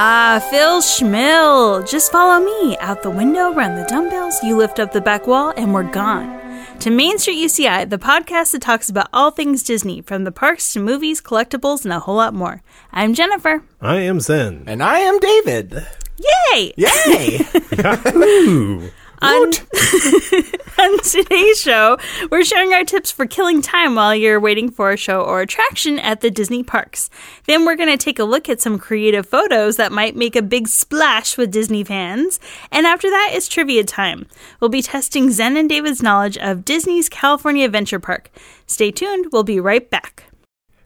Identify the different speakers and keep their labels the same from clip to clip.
Speaker 1: Ah, Phil Schmill! Just follow me out the window, run the dumbbells, you lift up the back wall, and we're gone. To Main Street UCI, the podcast that talks about all things Disney, from the parks to movies, collectibles, and a whole lot more. I'm Jennifer.
Speaker 2: I am Zen.
Speaker 3: And I am David.
Speaker 1: Yay!
Speaker 3: Yay!
Speaker 2: Ooh.
Speaker 1: On, on today's show, we're sharing our tips for killing time while you're waiting for a show or attraction at the Disney parks. Then we're going to take a look at some creative photos that might make a big splash with Disney fans. And after that, it's trivia time. We'll be testing Zen and David's knowledge of Disney's California Adventure Park. Stay tuned, we'll be right back.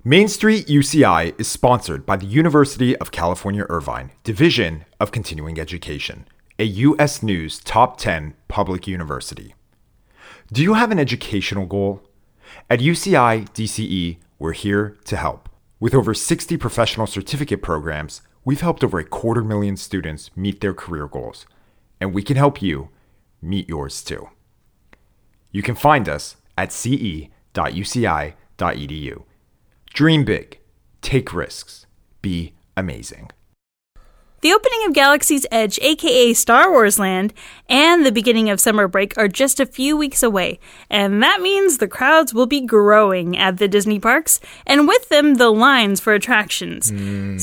Speaker 4: Main Street UCI is sponsored by the University of California Irvine, Division of Continuing Education, a U.S. News Top 10 public university. Do you have an educational goal? At UCI DCE, E, we're here to help. With over 60 professional certificate programs, we've helped over a quarter million students meet their career goals, and we can help you meet yours too. You can find us at E ce.uci.edu. Dream big, take risks, be amazing.
Speaker 1: The opening of Galaxy's Edge, aka Star Wars Land, and the beginning of summer break are just a few weeks away, and that means the crowds will be growing at the Disney parks, and with them the lines for attractions.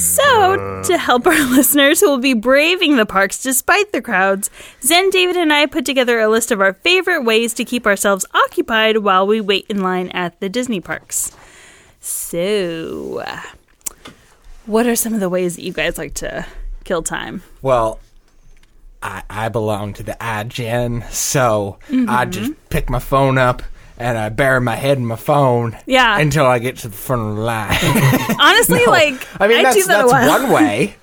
Speaker 1: So, to help our listeners who will be braving the parks despite the crowds, Zen, David, and I put together a list of our favorite ways to keep ourselves occupied while we wait in line at the Disney parks. So, what are some of the ways that you guys like to kill time?
Speaker 3: Well, I, I belong to the iGen, so I
Speaker 1: Mm-hmm.
Speaker 3: just pick my phone up and I bury my head in my phone
Speaker 1: Yeah.
Speaker 3: until I get to the front of the line.
Speaker 1: Honestly, like
Speaker 3: I mean, that's
Speaker 1: do that
Speaker 3: that's
Speaker 1: a lot.
Speaker 3: one way.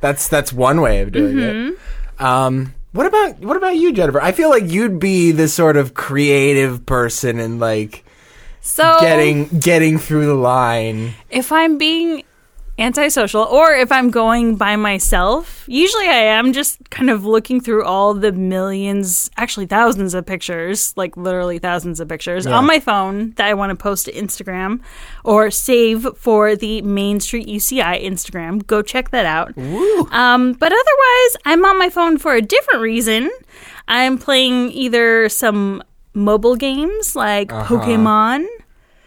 Speaker 3: That's that's one way of doing it.
Speaker 1: Mm-hmm.
Speaker 3: Um, what about what about you, Jennifer? I feel like you'd be the sort of creative person and like
Speaker 1: So
Speaker 3: getting getting through the line.
Speaker 1: if I'm being antisocial or if I'm going by myself, usually I am just kind of looking through all the millions, actually thousands of pictures, like literally thousands of pictures on my phone that I want to post to Instagram or save for the Main Street UCI Instagram. Go check that out. Um, but otherwise, I'm on my phone for a different reason. I'm playing either some mobile games like Pokemon.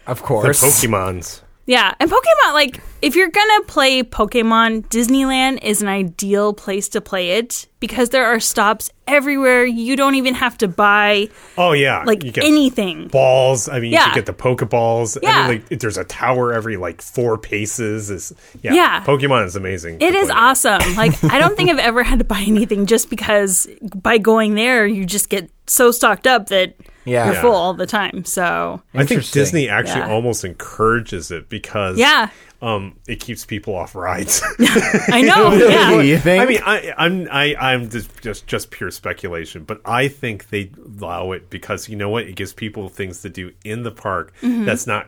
Speaker 3: Of
Speaker 2: The
Speaker 3: course,
Speaker 2: Pokemons.
Speaker 1: Yeah, and Pokemon, like, if you're gonna play Pokemon, Disneyland is an ideal place to play it because there are stops everywhere. You don't even have to buy,
Speaker 2: Oh yeah.
Speaker 1: like,
Speaker 2: you get
Speaker 1: anything.
Speaker 2: balls. I mean, you
Speaker 1: Yeah.
Speaker 2: can get the Pokeballs.
Speaker 1: Yeah.
Speaker 2: I mean, like there's a tower every like four paces. Is yeah.
Speaker 1: Yeah.
Speaker 2: Pokemon is amazing.
Speaker 1: It
Speaker 2: to
Speaker 1: is
Speaker 2: play.
Speaker 1: awesome. Like, I don't think I've ever had to buy anything just because by going there, you just get so stocked up that
Speaker 3: Yeah.
Speaker 1: you're
Speaker 3: Yeah.
Speaker 1: full all the time. So,
Speaker 2: I think
Speaker 3: Interesting.
Speaker 2: Disney actually
Speaker 1: Yeah.
Speaker 2: almost encourages it because
Speaker 1: Yeah.
Speaker 2: um, it keeps people off rides.
Speaker 1: I know.
Speaker 3: Do
Speaker 1: yeah.
Speaker 3: you think?
Speaker 2: I mean, I, I'm I, I'm just, just just pure speculation, but I think they allow it because you know what? It gives people things to do in the park
Speaker 1: Mm-hmm.
Speaker 2: that's not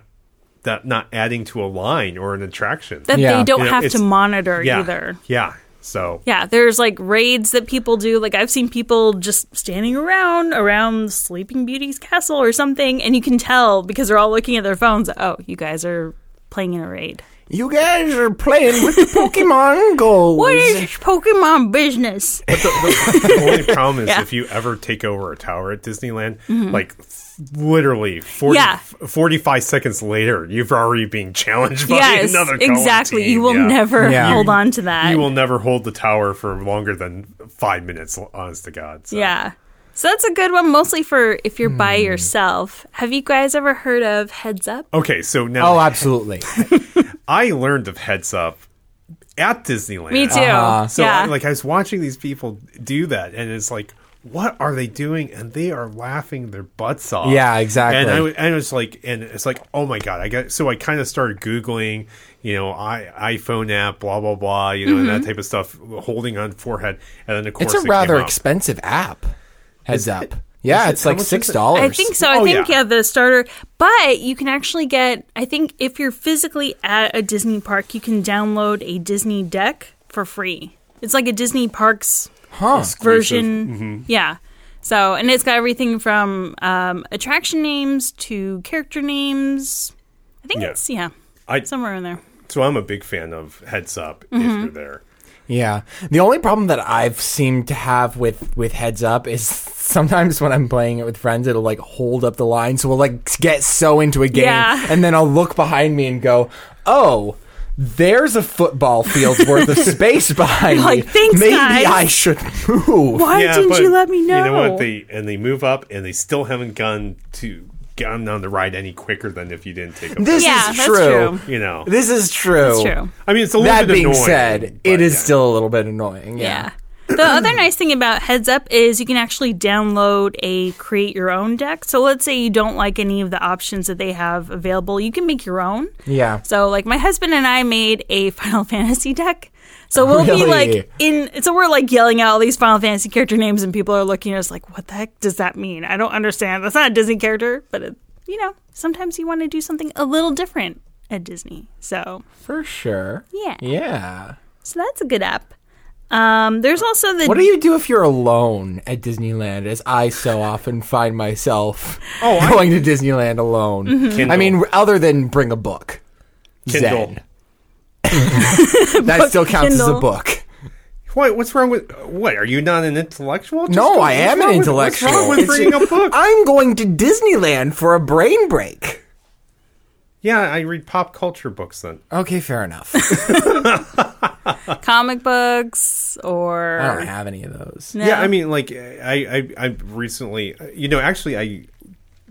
Speaker 2: that not adding to a line or an attraction.
Speaker 1: That
Speaker 3: Yeah.
Speaker 1: they don't
Speaker 2: You know,
Speaker 1: have to
Speaker 2: it's-
Speaker 1: monitor
Speaker 2: yeah,
Speaker 1: either.
Speaker 2: yeah. So
Speaker 1: Yeah, there's like raids that people do. Like I've seen people just standing around around Sleeping Beauty's castle or something, and you can tell because they're all looking at their phones. Oh, you guys are playing in a raid.
Speaker 3: you guys are playing with the Pokemon goals.
Speaker 1: What is Pokemon business?
Speaker 2: the only problem is
Speaker 1: Yeah. Mm-hmm.
Speaker 2: if you ever take over a tower at Disneyland, like f- literally 40,
Speaker 1: Yeah.
Speaker 2: f- 45 seconds later, you've already been challenged by
Speaker 1: yes,
Speaker 2: another. Cohen
Speaker 1: exactly.
Speaker 2: team.
Speaker 1: You will
Speaker 2: Yeah.
Speaker 1: never
Speaker 3: Yeah.
Speaker 1: hold on to that.
Speaker 2: You will never hold the tower for longer than five minutes. Honest to God. So.
Speaker 1: Yeah. So that's a good one, mostly for if you're by yourself. Have you guys ever heard of Heads Up?
Speaker 2: Okay, so now
Speaker 3: Oh, absolutely.
Speaker 2: I learned of heads up at Disneyland. Uh,
Speaker 1: Me too.
Speaker 2: uh-huh. So
Speaker 1: yeah.
Speaker 2: I, like I was watching these people do that, and it's like, what are they doing? And they are laughing their butts off.
Speaker 3: Yeah, exactly.
Speaker 2: And I, wa- and it's like, and it's like, oh my god, I got. So I kind of started googling, you know, i iPhone app, blah blah blah, you know, and that
Speaker 1: Mm-hmm.
Speaker 2: type of stuff, holding on forehead, and then of course
Speaker 3: It's a
Speaker 2: it
Speaker 3: rather
Speaker 2: came up.
Speaker 3: expensive app. Heads up. Yeah, it's like
Speaker 2: much is it?
Speaker 3: six dollars.
Speaker 1: I think so. I
Speaker 2: Oh,
Speaker 1: think yeah.
Speaker 2: yeah.
Speaker 1: the starter, but you can actually get. I think if you're physically at a Disney park, you can download a Disney deck for free. It's like a Disney parks
Speaker 3: Huh.
Speaker 1: version.
Speaker 2: Mm-hmm.
Speaker 1: Yeah. So and it's got everything from um, attraction names to character names. I think
Speaker 2: Yeah.
Speaker 1: it's yeah
Speaker 2: I-
Speaker 1: somewhere in there.
Speaker 2: So I'm a big fan of heads up
Speaker 1: Mm-hmm.
Speaker 2: if you're there.
Speaker 3: Yeah. The only problem that I've seemed to have with with heads up is sometimes when I'm playing it with friends, it'll like hold up the line. So we'll like get so into a game,
Speaker 1: Yeah.
Speaker 3: and then I'll look behind me and go, "Oh." There's a football field's worth of space behind
Speaker 1: You're
Speaker 3: me.
Speaker 1: like, "Thanks,
Speaker 3: Maybe
Speaker 1: guys."
Speaker 3: I should move.
Speaker 1: Why
Speaker 2: Yeah,
Speaker 1: didn't
Speaker 2: but
Speaker 1: you let me know?
Speaker 2: You know what? They and they move up, and they still haven't gone to gotten on the ride any quicker than if you didn't take them.
Speaker 3: This
Speaker 1: Yeah,
Speaker 3: is
Speaker 1: that's
Speaker 3: true.
Speaker 1: true.
Speaker 2: you know,
Speaker 3: This is true.
Speaker 1: It's true.
Speaker 2: I mean, it's a little
Speaker 3: That
Speaker 2: bit
Speaker 3: being
Speaker 2: annoying,
Speaker 3: said,
Speaker 2: but
Speaker 3: it is
Speaker 2: yeah.
Speaker 3: still a little bit annoying. Yeah.
Speaker 1: Yeah. The other nice thing about Heads Up is you can actually download a create your own deck. So let's say you don't like any of the options that they have available, you can make your own.
Speaker 3: Yeah.
Speaker 1: So like my husband and I made a Final Fantasy deck. So we'll be
Speaker 3: Really?
Speaker 1: like in so we're like yelling out all these Final Fantasy character names and people are looking at us like, what the heck does that mean? I don't understand. That's not a Disney character, but it, you know, sometimes you want to do something a little different at Disney. So
Speaker 3: For sure.
Speaker 1: Yeah.
Speaker 3: Yeah.
Speaker 1: so that's a good app. Um, there's also the
Speaker 3: What do you do if you're alone at Disneyland? As I so often find myself
Speaker 2: Oh,
Speaker 3: going to Disneyland alone.
Speaker 1: Mm-hmm.
Speaker 3: I
Speaker 2: Kindle.
Speaker 3: mean, other than bring a book.
Speaker 2: Kindle.
Speaker 3: Zen. that still counts as a
Speaker 1: Kindle.
Speaker 3: book.
Speaker 2: What? What's wrong with what? Are you not an intellectual? Just
Speaker 3: No,
Speaker 2: go-
Speaker 3: I
Speaker 2: what's
Speaker 3: am an
Speaker 2: wrong with-
Speaker 3: intellectual.
Speaker 2: What's wrong with
Speaker 3: It's-
Speaker 2: reading a book?
Speaker 3: I'm going to Disneyland for a brain break.
Speaker 2: yeah, I read pop culture books then.
Speaker 3: Okay, fair enough.
Speaker 1: comic books or
Speaker 3: I don't have any of those.
Speaker 1: No.
Speaker 2: Yeah, I mean, like I, I, I recently, you know, actually, I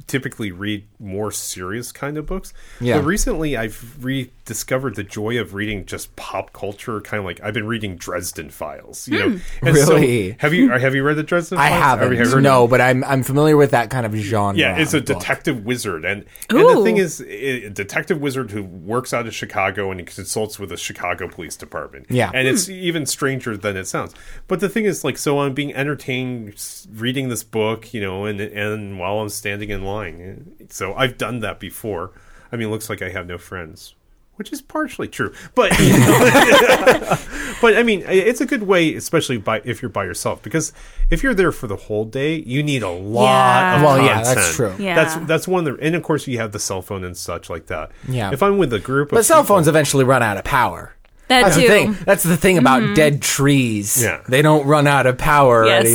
Speaker 2: typically read more serious kind of books.
Speaker 3: Yeah.
Speaker 2: But recently, I've rediscovered the joy of reading just pop culture. Kind of like I've been reading Dresden Files. You know, And so-
Speaker 3: Really?
Speaker 2: have you have you read the Dresden?
Speaker 3: I
Speaker 2: Files?
Speaker 3: haven't.
Speaker 2: Have you heard-
Speaker 3: no, but I'm I'm familiar with that kind of genre.
Speaker 2: Yeah, it's a
Speaker 3: of book.
Speaker 2: detective wizard, and, and the
Speaker 1: Ooh.
Speaker 2: thing is, a detective wizard who works out of Chicago and consults with the Chicago Police Department.
Speaker 3: Yeah.
Speaker 2: and it's even stranger than it sounds. But the thing is, like, so I'm being entertained s- reading this book, you know, and and while I'm standing in line, so I've done that before. I mean, it looks like I have no friends. Which is partially true, but you know, but I mean, i- it's a good way, especially by if you're by yourself, because if you're there for the whole day, you need a lot
Speaker 1: Yeah.
Speaker 2: of
Speaker 3: Well, yeah, that's
Speaker 2: content.
Speaker 3: true.
Speaker 1: Yeah.
Speaker 2: That's that's one of the and of course you have the cell phone and such like that.
Speaker 3: Yeah.
Speaker 2: If I'm with a group of
Speaker 3: But cell
Speaker 2: people-
Speaker 3: phones eventually run out of power.
Speaker 1: That
Speaker 3: That's the
Speaker 1: too.
Speaker 3: thing. That's the thing about
Speaker 1: Mm-hmm.
Speaker 3: dead trees.
Speaker 2: Yeah.
Speaker 3: They don't run out of power
Speaker 1: Yes.
Speaker 3: or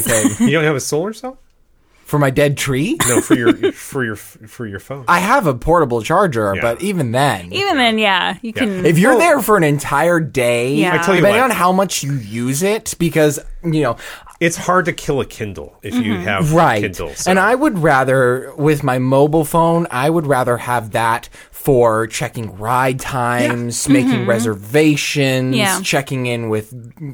Speaker 3: anything.
Speaker 2: You don't have a solar cell?
Speaker 3: For my dead tree?
Speaker 2: No, for your for your for your phone.
Speaker 3: I have a portable charger,
Speaker 2: Yeah. Oh.
Speaker 3: but even then.
Speaker 1: Even then, yeah, you can.
Speaker 3: if you're there for an entire day,
Speaker 1: Yeah. I tell you
Speaker 3: depending
Speaker 2: what.
Speaker 3: on how much you use it, because you know,
Speaker 2: it's hard to kill a Kindle if you
Speaker 1: Mm-hmm.
Speaker 2: have a
Speaker 3: right?
Speaker 2: Kindle. so-
Speaker 3: And I would rather, with my mobile phone, I would rather have that for checking ride times,
Speaker 2: Mm-hmm.
Speaker 3: making reservations,
Speaker 1: Yeah.
Speaker 3: checking in with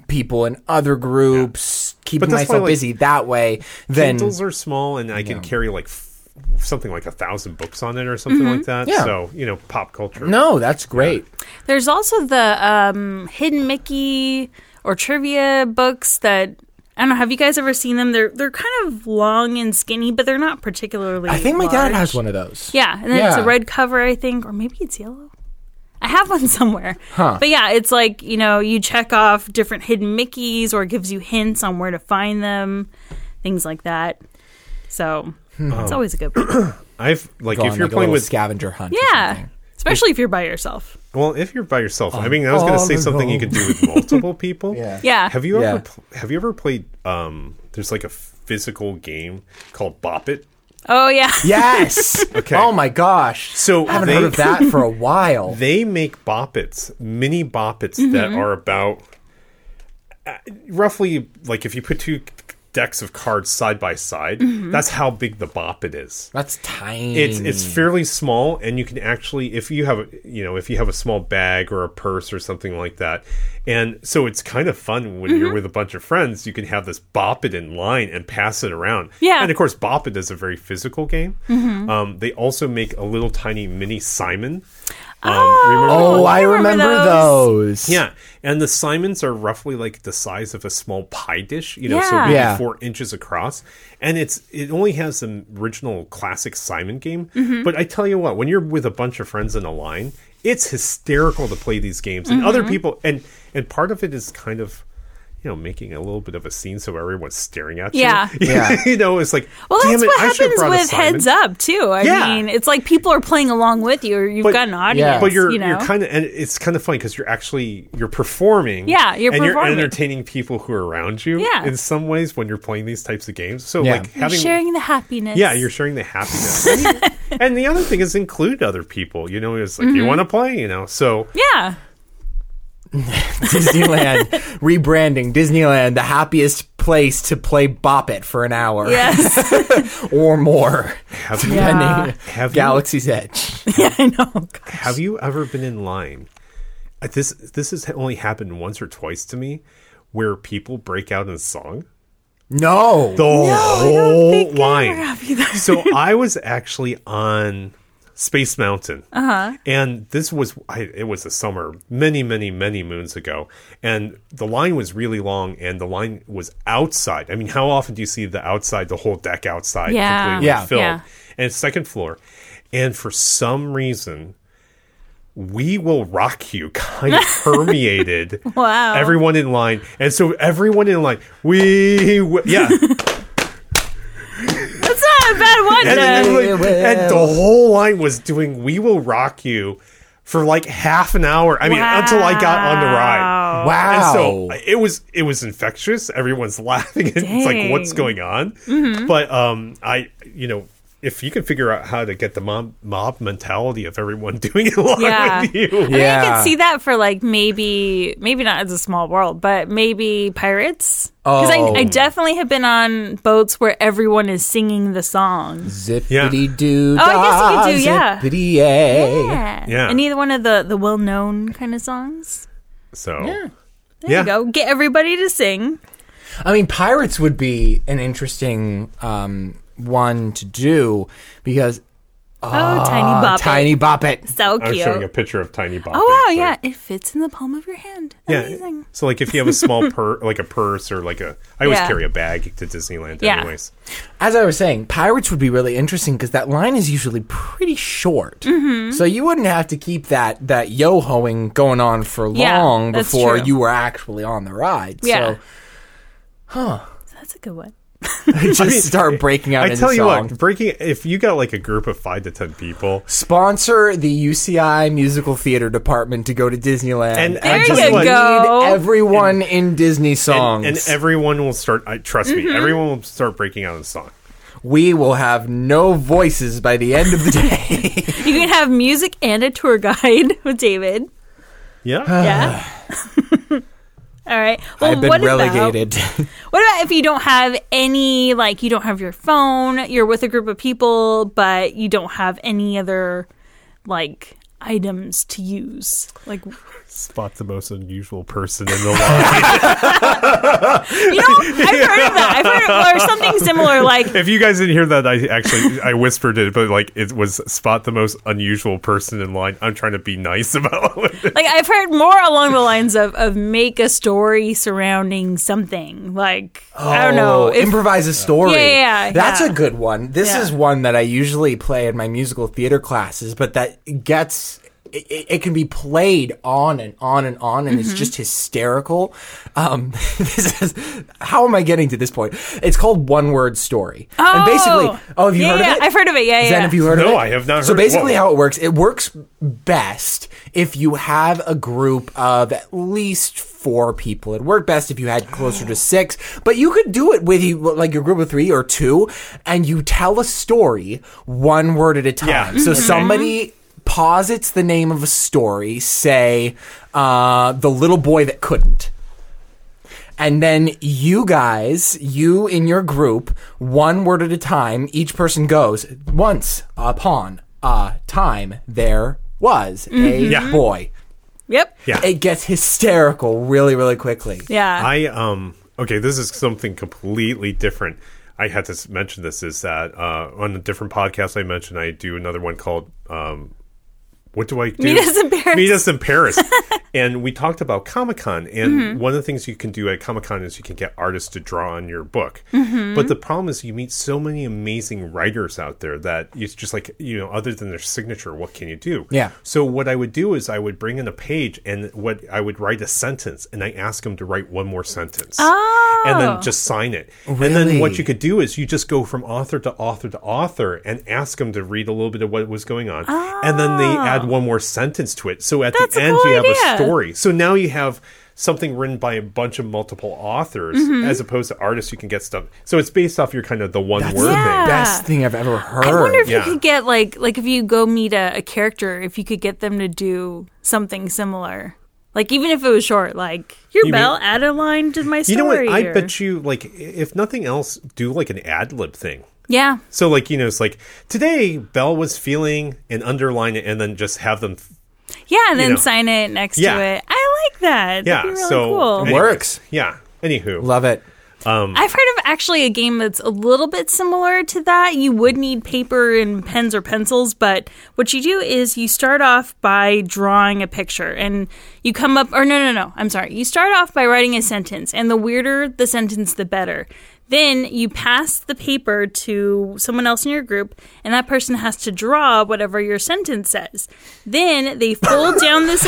Speaker 3: people in other groups, keeping
Speaker 2: that's why,
Speaker 3: myself
Speaker 2: like,
Speaker 3: busy that way. Then
Speaker 2: Kindles are small, and I can carry like f- something like a thousand books on it or something like
Speaker 1: Mm-hmm.
Speaker 2: that.
Speaker 3: Yeah.
Speaker 2: So you know, pop culture.
Speaker 3: no, that's great.
Speaker 1: There's also the um, hidden Mickey or trivia books that I don't know. Have you guys ever seen them? They're they're kind of long and skinny, but they're not particularly.
Speaker 3: I think my
Speaker 1: large.
Speaker 3: dad has one of those.
Speaker 1: Yeah, and then it's a
Speaker 3: Yeah.
Speaker 1: red cover, I think, or maybe it's yellow. I have one somewhere. But yeah, it's like, you know, you check off different hidden Mickeys or it gives you hints on where to find them, things like that. So
Speaker 3: Hmm.
Speaker 1: it's always a good one.
Speaker 2: I've like
Speaker 3: Go
Speaker 2: if
Speaker 3: on,
Speaker 2: you're
Speaker 3: like, a
Speaker 2: playing
Speaker 3: little
Speaker 2: with
Speaker 3: scavenger hunt, or
Speaker 1: Yeah.
Speaker 3: something.
Speaker 1: Especially if you're by yourself.
Speaker 2: well, if you're by yourself, I mean, I was going to
Speaker 3: all
Speaker 2: say something you
Speaker 3: alone.
Speaker 2: could do with multiple people.
Speaker 3: Yeah.
Speaker 1: Yeah.
Speaker 2: Have you
Speaker 3: Yeah.
Speaker 2: ever pl- have you ever played? Um, there's like a physical game called Bop It.
Speaker 1: Oh yeah.
Speaker 3: Yes.
Speaker 2: Okay.
Speaker 3: Oh my gosh.
Speaker 2: So
Speaker 3: I haven't
Speaker 2: they-
Speaker 3: heard of that for a while.
Speaker 2: They make boppets, mini boppets that are about uh, roughly like if you put two decks of cards side by side, that's how big the boppet is.
Speaker 3: That's tiny.
Speaker 2: It's it's fairly small, and you can actually if you have a you know if you have a small bag or a purse or something like that, and so it's kind of fun when you're with a bunch of friends. You can have this bop it in line and pass it around.
Speaker 1: Yeah.
Speaker 2: and of course bop it is a very physical game. Um, they also make a little tiny mini Simon. Um, remember
Speaker 3: oh, I
Speaker 1: I remember
Speaker 3: remember those.
Speaker 2: yeah, and the Simons are roughly like the size of a small pie dish, you know, so
Speaker 1: Yeah.
Speaker 2: maybe
Speaker 3: Yeah.
Speaker 2: four inches across. And it's it only has the original classic Simon game.
Speaker 1: Mm-hmm.
Speaker 2: But I tell you what, when you're with a bunch of friends in a line,
Speaker 1: Mm-hmm.
Speaker 2: it's hysterical to play these games and other people. And and part of it is kind of you know, making a little bit of a scene so everyone's staring at
Speaker 1: Yeah.
Speaker 2: you.
Speaker 3: Yeah.
Speaker 2: you know, it's like,
Speaker 1: Well,
Speaker 2: damn
Speaker 1: that's
Speaker 2: it,
Speaker 1: what
Speaker 2: I should
Speaker 1: happens
Speaker 2: have brought a
Speaker 1: with
Speaker 2: Simon.
Speaker 1: heads up too. I
Speaker 2: Yeah.
Speaker 1: mean, it's like people are playing along with you. Or you've
Speaker 2: But-
Speaker 1: got an audience.
Speaker 3: yeah.
Speaker 2: but you're
Speaker 1: you know?
Speaker 2: are kind of and it's kind of funny because you're actually you're performing
Speaker 1: Yeah, you're
Speaker 2: and
Speaker 1: performing.
Speaker 2: you're entertaining people who are around you
Speaker 1: Yeah.
Speaker 2: in some ways when you're playing these types of games so
Speaker 3: Yeah.
Speaker 2: like
Speaker 1: You're
Speaker 2: having
Speaker 1: sharing the happiness.
Speaker 2: yeah you're sharing the happiness and, you- and the other thing is include other people you know it's
Speaker 1: Mm-hmm.
Speaker 2: like you want to play you know so
Speaker 1: yeah.
Speaker 3: Disneyland rebranding Disneyland the happiest place to play Bop It for an hour
Speaker 1: Yes.
Speaker 3: or more,
Speaker 2: have you
Speaker 3: depending.
Speaker 2: Have you-
Speaker 3: Galaxy's Edge.
Speaker 1: yeah, I know.
Speaker 2: have you ever been in line Uh, this this has only happened once or twice to me where people break out in song
Speaker 3: No,
Speaker 2: the whole
Speaker 1: think I
Speaker 2: line.
Speaker 1: ever have either.
Speaker 2: Oh, so I was actually on Space Mountain, uh-huh. and this was I, it was the summer, many, many, many moons ago, and the line was really long, and the line was outside. I mean, how often do you see the outside, the whole deck outside,
Speaker 1: Yeah.
Speaker 2: completely
Speaker 3: Yeah.
Speaker 2: filled,
Speaker 1: Yeah.
Speaker 2: and it's second floor, and for some reason. We will rock you kind of permeated
Speaker 1: Wow.
Speaker 2: everyone in line. And so everyone in line, we, will yeah,
Speaker 1: That's not a bad one.
Speaker 2: and,
Speaker 1: then.
Speaker 2: and,
Speaker 3: We
Speaker 2: like-
Speaker 3: will.
Speaker 2: and the whole line was doing "We Will Rock You" for like half an hour. I mean, until I got on the ride.
Speaker 3: wow.
Speaker 2: And so uh, it was it was infectious. Everyone's laughing. And it's like, what's
Speaker 1: Dang. Mm-hmm.
Speaker 2: going on? But um, I you know. If you can figure out how to get the mob, mob mentality of everyone doing it along
Speaker 1: Yeah.
Speaker 2: with you,
Speaker 1: I mean, I
Speaker 3: Yeah.
Speaker 1: could see that for like maybe, maybe not as a small world, but maybe pirates. Because
Speaker 3: Oh.
Speaker 1: I, I definitely have been on boats where everyone is singing the song.
Speaker 3: Zippity doo
Speaker 1: Oh, I guess you could do, yeah.
Speaker 3: Zippity yay.
Speaker 1: Yeah.
Speaker 2: Yeah.
Speaker 1: Any one of the the well known kind of songs.
Speaker 2: so
Speaker 1: There you
Speaker 2: Yeah.
Speaker 1: go. Get everybody to sing.
Speaker 3: I mean, pirates would be an interesting um, one to do because
Speaker 1: Oh, tiny
Speaker 3: uh,
Speaker 1: bop.
Speaker 3: tiny Oh, bop it.
Speaker 1: So
Speaker 2: I was
Speaker 1: cute.
Speaker 2: showing a picture of Tiny Bob.
Speaker 1: Oh wow,
Speaker 2: there, so-
Speaker 1: yeah, it fits in the palm of your hand. Amazing.
Speaker 2: So like if you have a small pur like a purse or like a I always
Speaker 1: Yeah.
Speaker 2: carry a bag to Disneyland
Speaker 1: Yeah.
Speaker 2: anyways.
Speaker 3: As I was saying, pirates would be really interesting because that line is usually pretty short,
Speaker 1: Mm-hmm.
Speaker 3: so you wouldn't have to keep that that yo hoing going on for
Speaker 1: Yeah,
Speaker 3: long
Speaker 1: that's
Speaker 3: before
Speaker 1: true.
Speaker 3: you were actually on the ride.
Speaker 1: Yeah.
Speaker 3: So
Speaker 1: That's a good one.
Speaker 3: just
Speaker 2: mean,
Speaker 3: start breaking out.
Speaker 2: I
Speaker 3: into
Speaker 2: tell you
Speaker 3: song.
Speaker 2: what, breaking if you got like a group of five to ten people
Speaker 3: sponsor the UCI musical theater department to go to Disneyland.
Speaker 2: And-
Speaker 3: I
Speaker 2: There
Speaker 3: just
Speaker 2: you
Speaker 3: need
Speaker 1: go.
Speaker 3: everyone in Disney
Speaker 2: and,
Speaker 3: songs.
Speaker 2: and everyone will start I trust
Speaker 1: Mm-hmm.
Speaker 2: me, everyone will start breaking out in song.
Speaker 3: we will have no voices by the end of the day.
Speaker 1: You can have music and a tour guide with David.
Speaker 2: Yeah.
Speaker 1: Yeah. All right. Well,
Speaker 3: Ah. I've been
Speaker 1: what
Speaker 3: relegated.
Speaker 1: About, what about if you don't have any, like, you don't have your phone, you're with a group of people, but you don't have any other, like, items to use? Like,
Speaker 2: Spot the most unusual person in the line.
Speaker 1: you know, I've heard of that. I've heard, or something similar, like,
Speaker 2: if you guys didn't hear that, I actually I whispered it, but like it was spot the most unusual person in line. I'm trying to be nice about it.
Speaker 1: like I've heard more along the lines of of make a story surrounding something. Like I don't know.
Speaker 3: Oh,
Speaker 1: If,
Speaker 3: improvise a story.
Speaker 1: Yeah, yeah, yeah,
Speaker 3: That's
Speaker 1: yeah.
Speaker 3: a good one. This
Speaker 1: Yeah.
Speaker 3: is one that I usually play in my musical theater classes, but that gets it, it- it can be played on and on and on, and it's
Speaker 1: Mm-hmm.
Speaker 3: just hysterical. Um, this is how am I getting to this point? It's called one word story, and basically, oh, have you
Speaker 1: yeah,
Speaker 3: heard
Speaker 1: yeah,
Speaker 3: of it?
Speaker 1: I've heard of it. Yeah, yeah.
Speaker 3: Zen,
Speaker 1: yeah.
Speaker 3: have you heard of it?
Speaker 2: No, I have not
Speaker 3: So
Speaker 2: heard-
Speaker 3: basically,
Speaker 2: whoa.
Speaker 3: how it works, it works best if you have a group of at least four people. It worked best if you had closer to six, but you could do it with you like your group of three or two, and you tell a story one word at a time.
Speaker 2: Yeah.
Speaker 3: So somebody posits the name of a story, say, uh, "The Little Boy That Couldn't." And then you guys, you in your group, one word at a time, each person goes once upon a time there was a
Speaker 1: Mm-hmm.
Speaker 2: Yeah.
Speaker 3: boy.
Speaker 1: Yep.
Speaker 2: Yeah.
Speaker 3: It gets hysterical really, really quickly.
Speaker 1: Yeah.
Speaker 2: I um okay, this is something completely different. I had to s- mention this is that uh, on a different podcast I mentioned I do another one called um, what do I do?
Speaker 1: Meet us in Paris.
Speaker 2: Meet us in Paris. and we talked about Comic Con. And one of the things you can do at Comic Con is you can get artists to draw on your book. But the problem is you meet so many amazing writers out there that it's just like, you know, other than their signature, what can you do?
Speaker 3: Yeah.
Speaker 2: So what I would do is I would bring in a page and what I would write a sentence and I ask them to write one more sentence. And
Speaker 1: Oh.
Speaker 2: then just sign it. And then
Speaker 3: Really?
Speaker 2: what you could do is you just go from author to author to author and ask them to read a little bit of what was going on. And then they add one more sentence to it. So at
Speaker 1: Ah. That's a
Speaker 2: the end,
Speaker 1: cool
Speaker 2: you have
Speaker 1: idea.
Speaker 2: a story. So now you have something written by a bunch of multiple authors
Speaker 1: Mm-hmm.
Speaker 2: as opposed to artists you can get stuff. So it's based off your kind of the one word
Speaker 1: Yeah.
Speaker 2: thing.
Speaker 3: Best thing I've ever heard.
Speaker 1: I wonder if
Speaker 2: Yeah.
Speaker 1: you could get like like if you go meet a, a character, if you could get them to do something similar. Like even if it was short, like your
Speaker 2: You
Speaker 1: bell
Speaker 2: mean-
Speaker 1: add a line to my
Speaker 2: You
Speaker 1: story.
Speaker 2: know what? I
Speaker 1: or-
Speaker 2: bet you, like, i- if nothing else, do like an ad lib thing.
Speaker 1: Yeah.
Speaker 2: So, like, you know, it's like today Bell was feeling and underline it and then just have them.
Speaker 1: Yeah, and then
Speaker 2: know.
Speaker 1: sign it next
Speaker 2: Yeah.
Speaker 1: to it. I like that.
Speaker 2: Yeah.
Speaker 1: That'd be really
Speaker 2: so
Speaker 1: cool.
Speaker 2: anyways,
Speaker 3: Works.
Speaker 2: Yeah. Anywho.
Speaker 3: Love it.
Speaker 1: I've heard of actually a game that's a little bit similar to that. You would need paper and pens or pencils, but what you do is you start off by drawing a picture and you come up, or no, no, no, I'm sorry. You start off by writing a sentence, and the weirder the sentence, the better. Then you pass the paper to someone else in your group, and that person has to draw whatever your sentence says. Then they fold down the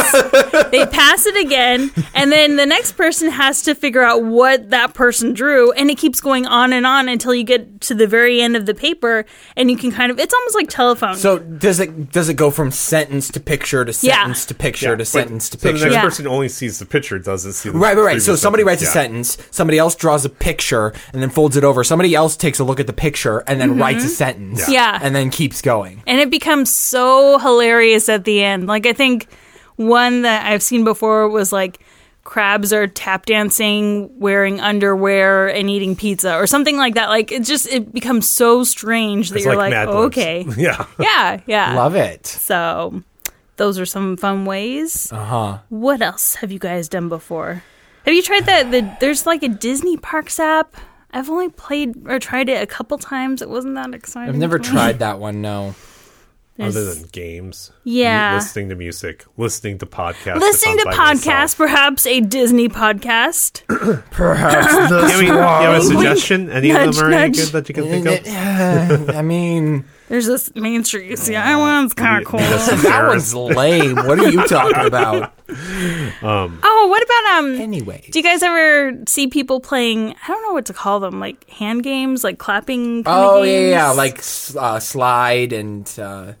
Speaker 1: sentence, they pass it again, and then the next person has to figure out what that person drew, and it keeps going on and on until you get to the very end of the paper, and you can kind of it's almost like telephone.
Speaker 3: So does it does it go from sentence to picture to
Speaker 1: Yeah.
Speaker 3: sentence to picture
Speaker 2: Yeah,
Speaker 3: to
Speaker 2: but-
Speaker 3: sentence to
Speaker 2: so
Speaker 3: picture?
Speaker 2: the next
Speaker 1: Yeah.
Speaker 2: person only sees the picture, doesn't see the
Speaker 3: Right, right, right.
Speaker 2: previous
Speaker 3: So somebody writes a
Speaker 2: yeah.
Speaker 3: sentence, somebody else draws a picture, and then folds it over. Somebody else takes a look at the picture and then writes a sentence.
Speaker 1: Mm-hmm. Yeah. Yeah.
Speaker 3: And then keeps going.
Speaker 1: and it becomes so hilarious at the end. Like I think one that I've seen before was like crabs are tap dancing, wearing underwear, and eating pizza or something like that. Like it just it becomes so strange that
Speaker 2: It's
Speaker 1: you're
Speaker 2: like
Speaker 1: like,
Speaker 2: Mad
Speaker 1: oh,
Speaker 2: Libs.
Speaker 1: okay,
Speaker 2: Yeah.
Speaker 1: yeah, yeah.
Speaker 3: Love it.
Speaker 1: So those are some fun ways. Uh huh.
Speaker 3: Uh-huh.
Speaker 1: What else have you guys done before? Have you tried that? The, there's like a Disney Parks app. I've only played or tried it a couple times. It wasn't that exciting.
Speaker 3: I've never
Speaker 1: to me.
Speaker 3: tried that one, no.
Speaker 1: There's-
Speaker 2: Other than games.
Speaker 1: Yeah.
Speaker 2: mu- Listening to music, listening to podcasts. if
Speaker 1: listening to
Speaker 2: I'm by
Speaker 1: podcasts,
Speaker 2: myself.
Speaker 1: perhaps a Disney podcast.
Speaker 3: Perhaps
Speaker 2: I mean, you have a suggestion? Any
Speaker 1: Nudge,
Speaker 2: of them are any
Speaker 1: nudge.
Speaker 2: good that you can think of?
Speaker 3: I mean,
Speaker 1: There's this Main Street
Speaker 3: Mm,
Speaker 1: UCI one's kind of cool.
Speaker 2: That's
Speaker 3: that
Speaker 2: embarrassing.
Speaker 3: one's lame. What are you talking about?
Speaker 1: Oh, what about um?
Speaker 3: Anyway.
Speaker 1: do you guys ever see people playing? I don't know what to call them, like hand games, like clapping. kinda
Speaker 3: Oh yeah, yeah, yeah,
Speaker 1: games?
Speaker 3: like s- uh, slide and uh,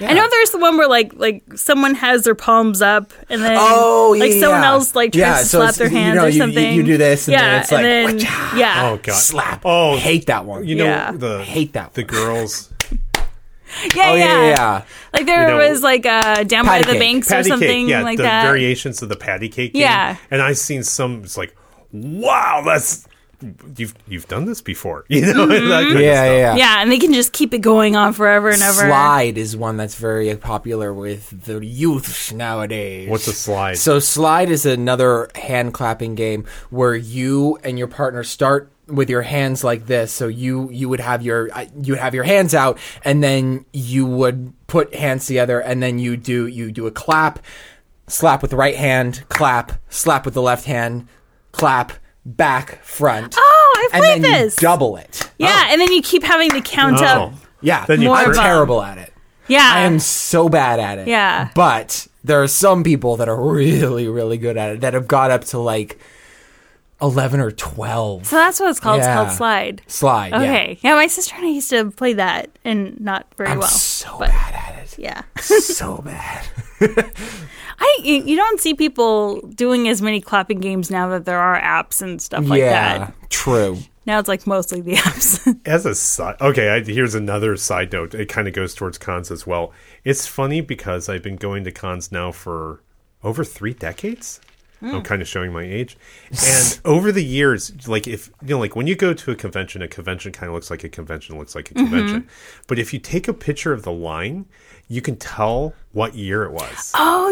Speaker 1: I know there's the one where like like someone has their palms up and then
Speaker 3: oh yeah,
Speaker 1: like someone
Speaker 3: yeah.
Speaker 1: else like tries
Speaker 3: Yeah,
Speaker 1: to
Speaker 3: so
Speaker 1: slap
Speaker 3: it's-
Speaker 1: their
Speaker 3: you
Speaker 1: hands
Speaker 3: know,
Speaker 1: or
Speaker 3: you- you-
Speaker 1: something.
Speaker 3: You, do this, and
Speaker 1: yeah,
Speaker 3: then it's like
Speaker 1: and then- yeah,
Speaker 2: Oh, God.
Speaker 3: slap.
Speaker 2: Oh,
Speaker 3: hate that one.
Speaker 2: You know,
Speaker 1: Yeah.
Speaker 2: the,
Speaker 3: Hate that
Speaker 2: the
Speaker 3: one.
Speaker 2: girls.
Speaker 1: yeah,
Speaker 3: oh yeah, yeah, yeah.
Speaker 1: Like there
Speaker 2: You know,
Speaker 1: was like uh, down by
Speaker 3: patty
Speaker 1: the
Speaker 3: cake.
Speaker 1: banks or
Speaker 2: patty
Speaker 1: something
Speaker 2: cake. Yeah,
Speaker 1: like
Speaker 2: the
Speaker 1: that.
Speaker 2: variations of the patty cake. game.
Speaker 1: Yeah.
Speaker 2: and I've seen some. It's like, wow, that's you've you've done this before. You know, that kind of
Speaker 3: Mm-hmm. yeah,
Speaker 2: stuff.
Speaker 3: yeah, yeah.
Speaker 1: yeah, and they can just keep it going on forever and ever.
Speaker 3: Slide is one that's very popular with the youth nowadays.
Speaker 2: What's a slide?
Speaker 3: So slide is another hand clapping game where you and your partner start with your hands like this. So you you would have your uh, you would have your hands out, and then you would put hands together, and then you do you do a clap, slap with the right hand, clap, slap with the left hand, clap, back, front.
Speaker 1: Oh, I've
Speaker 3: and
Speaker 1: played
Speaker 3: then
Speaker 1: this.
Speaker 3: You Oh. double it.
Speaker 1: Yeah, and then you keep having to count up.
Speaker 2: Oh.
Speaker 3: Yeah,
Speaker 2: Then you
Speaker 1: More
Speaker 3: I'm
Speaker 1: fun.
Speaker 3: terrible at it.
Speaker 1: Yeah,
Speaker 3: I am so bad at it.
Speaker 1: Yeah.
Speaker 3: But there are some people that are really, really good at it that have got up to like 11 or 12.
Speaker 1: So that's what it's called. It's called
Speaker 3: Yeah.
Speaker 1: slide.
Speaker 3: Slide.
Speaker 1: Okay. Yeah. my sister and I used to play that, and not very
Speaker 3: Yeah. I'm
Speaker 1: well.
Speaker 3: so
Speaker 1: but
Speaker 3: bad at
Speaker 1: yeah,
Speaker 3: it. So bad.
Speaker 1: I you you don't see people doing as many clapping games now that there are apps and stuff like
Speaker 3: yeah.
Speaker 1: that.
Speaker 3: True.
Speaker 1: Now it's like mostly the apps.
Speaker 2: as a side okay I, here's another side note it kind of goes towards cons as well it's funny because i've been going to cons now for over three decades
Speaker 1: Hmm.
Speaker 2: I'm kind of showing my age. And over the years, like if you know, like when you go to a convention, a convention kind of looks like a convention looks like a
Speaker 1: Mm-hmm.
Speaker 2: convention. But if you take a picture of the line, you can tell what year it was.
Speaker 1: Oh